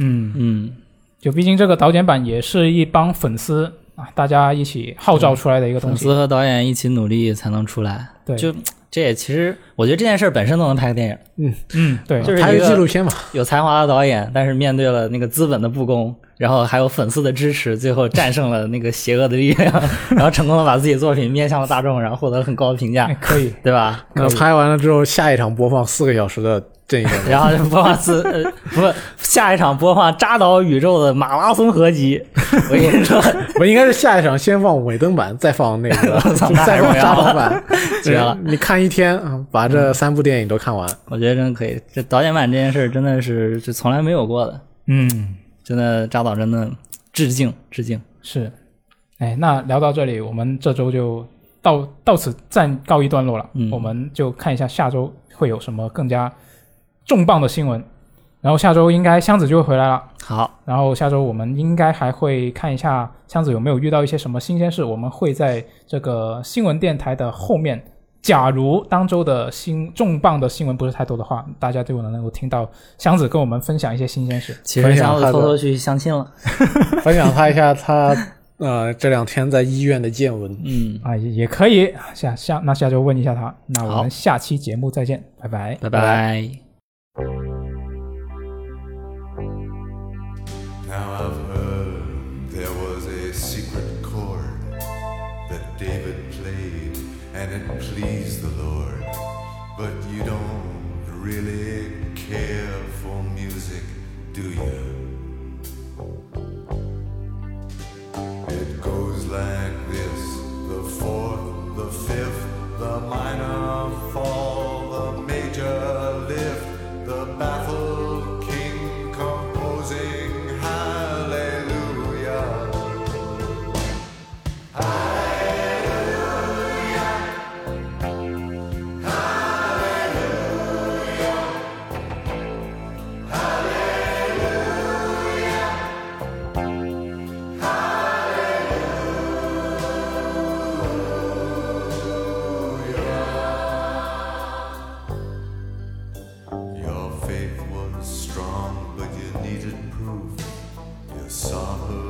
S1: 嗯，
S3: 嗯，
S1: 就毕竟这个导演版也是一帮粉丝啊，大家一起号召出来的一个东
S3: 粉
S1: 西，
S3: 丝和导演一起努力才能出来。
S1: 对
S3: 就这也其实我觉得这件事儿本身都能拍个电影，
S1: 嗯，对，
S3: 就是
S2: 拍
S3: 一
S2: 个
S3: 个
S2: 纪录片嘛，
S3: 有才华的导演，但是面对了那个资本的不公，然后还有粉丝的支持，最后战胜了那个邪恶的力量， 然后成功的把自己作品面向了大众，然后获得了很高的评
S1: 哎
S3: 价，
S1: 可以，
S3: 对吧？
S2: 那拍完了之后，下一场播放四个小时的正义 联盟
S3: 然后就播放次，呃，不，下一场播放扎导宇宙的马拉松合集。我跟你说，
S2: 我应该是下一场先放尾灯版，再放那 个
S3: 我，操
S2: 就再放沙堡 版，
S3: 绝了
S2: 你看一天啊，把这三部电影都看 完。
S3: 我觉得真可以。这导演版这件事儿真的是就从来没有过的，
S1: 嗯，
S3: 真的扎导真的致敬致敬。
S1: 是。哎，那聊到这里，我们这周就到到此暂告一段落了。
S3: 嗯
S1: 我们就看一下下周会有什么更加重磅的新闻。然后下周应该箱子就会回来了，
S3: 好，
S1: 然后下周我们应该还会看一下箱子有没有遇到一些什么新鲜事，我们会在这个新闻电台的后面。假如当周的新重磅的新闻不是太多的话，大家就能够听到箱子跟我们分享一些新鲜事。
S3: 其
S2: 分
S3: 实
S2: 享
S3: 箱
S2: 他
S3: 子
S2: 的
S3: 偷偷去相亲了。
S2: 分享他一下他呃这两天在医院的见闻。
S3: 嗯，
S1: 啊，也也可以。下下那下周问一下他。那我
S3: 好
S1: 们下期节目再见，拜拜。
S3: 拜拜。
S4: Now I've heard there was a secret chord that David played and it pleased the Lord. But you don't really care for music, do you? It goes like this the fourth, the fifth, the minor fall, the major lift, the baffled king composing hallelujah. Your faith was strong, but you needed proof. You saw her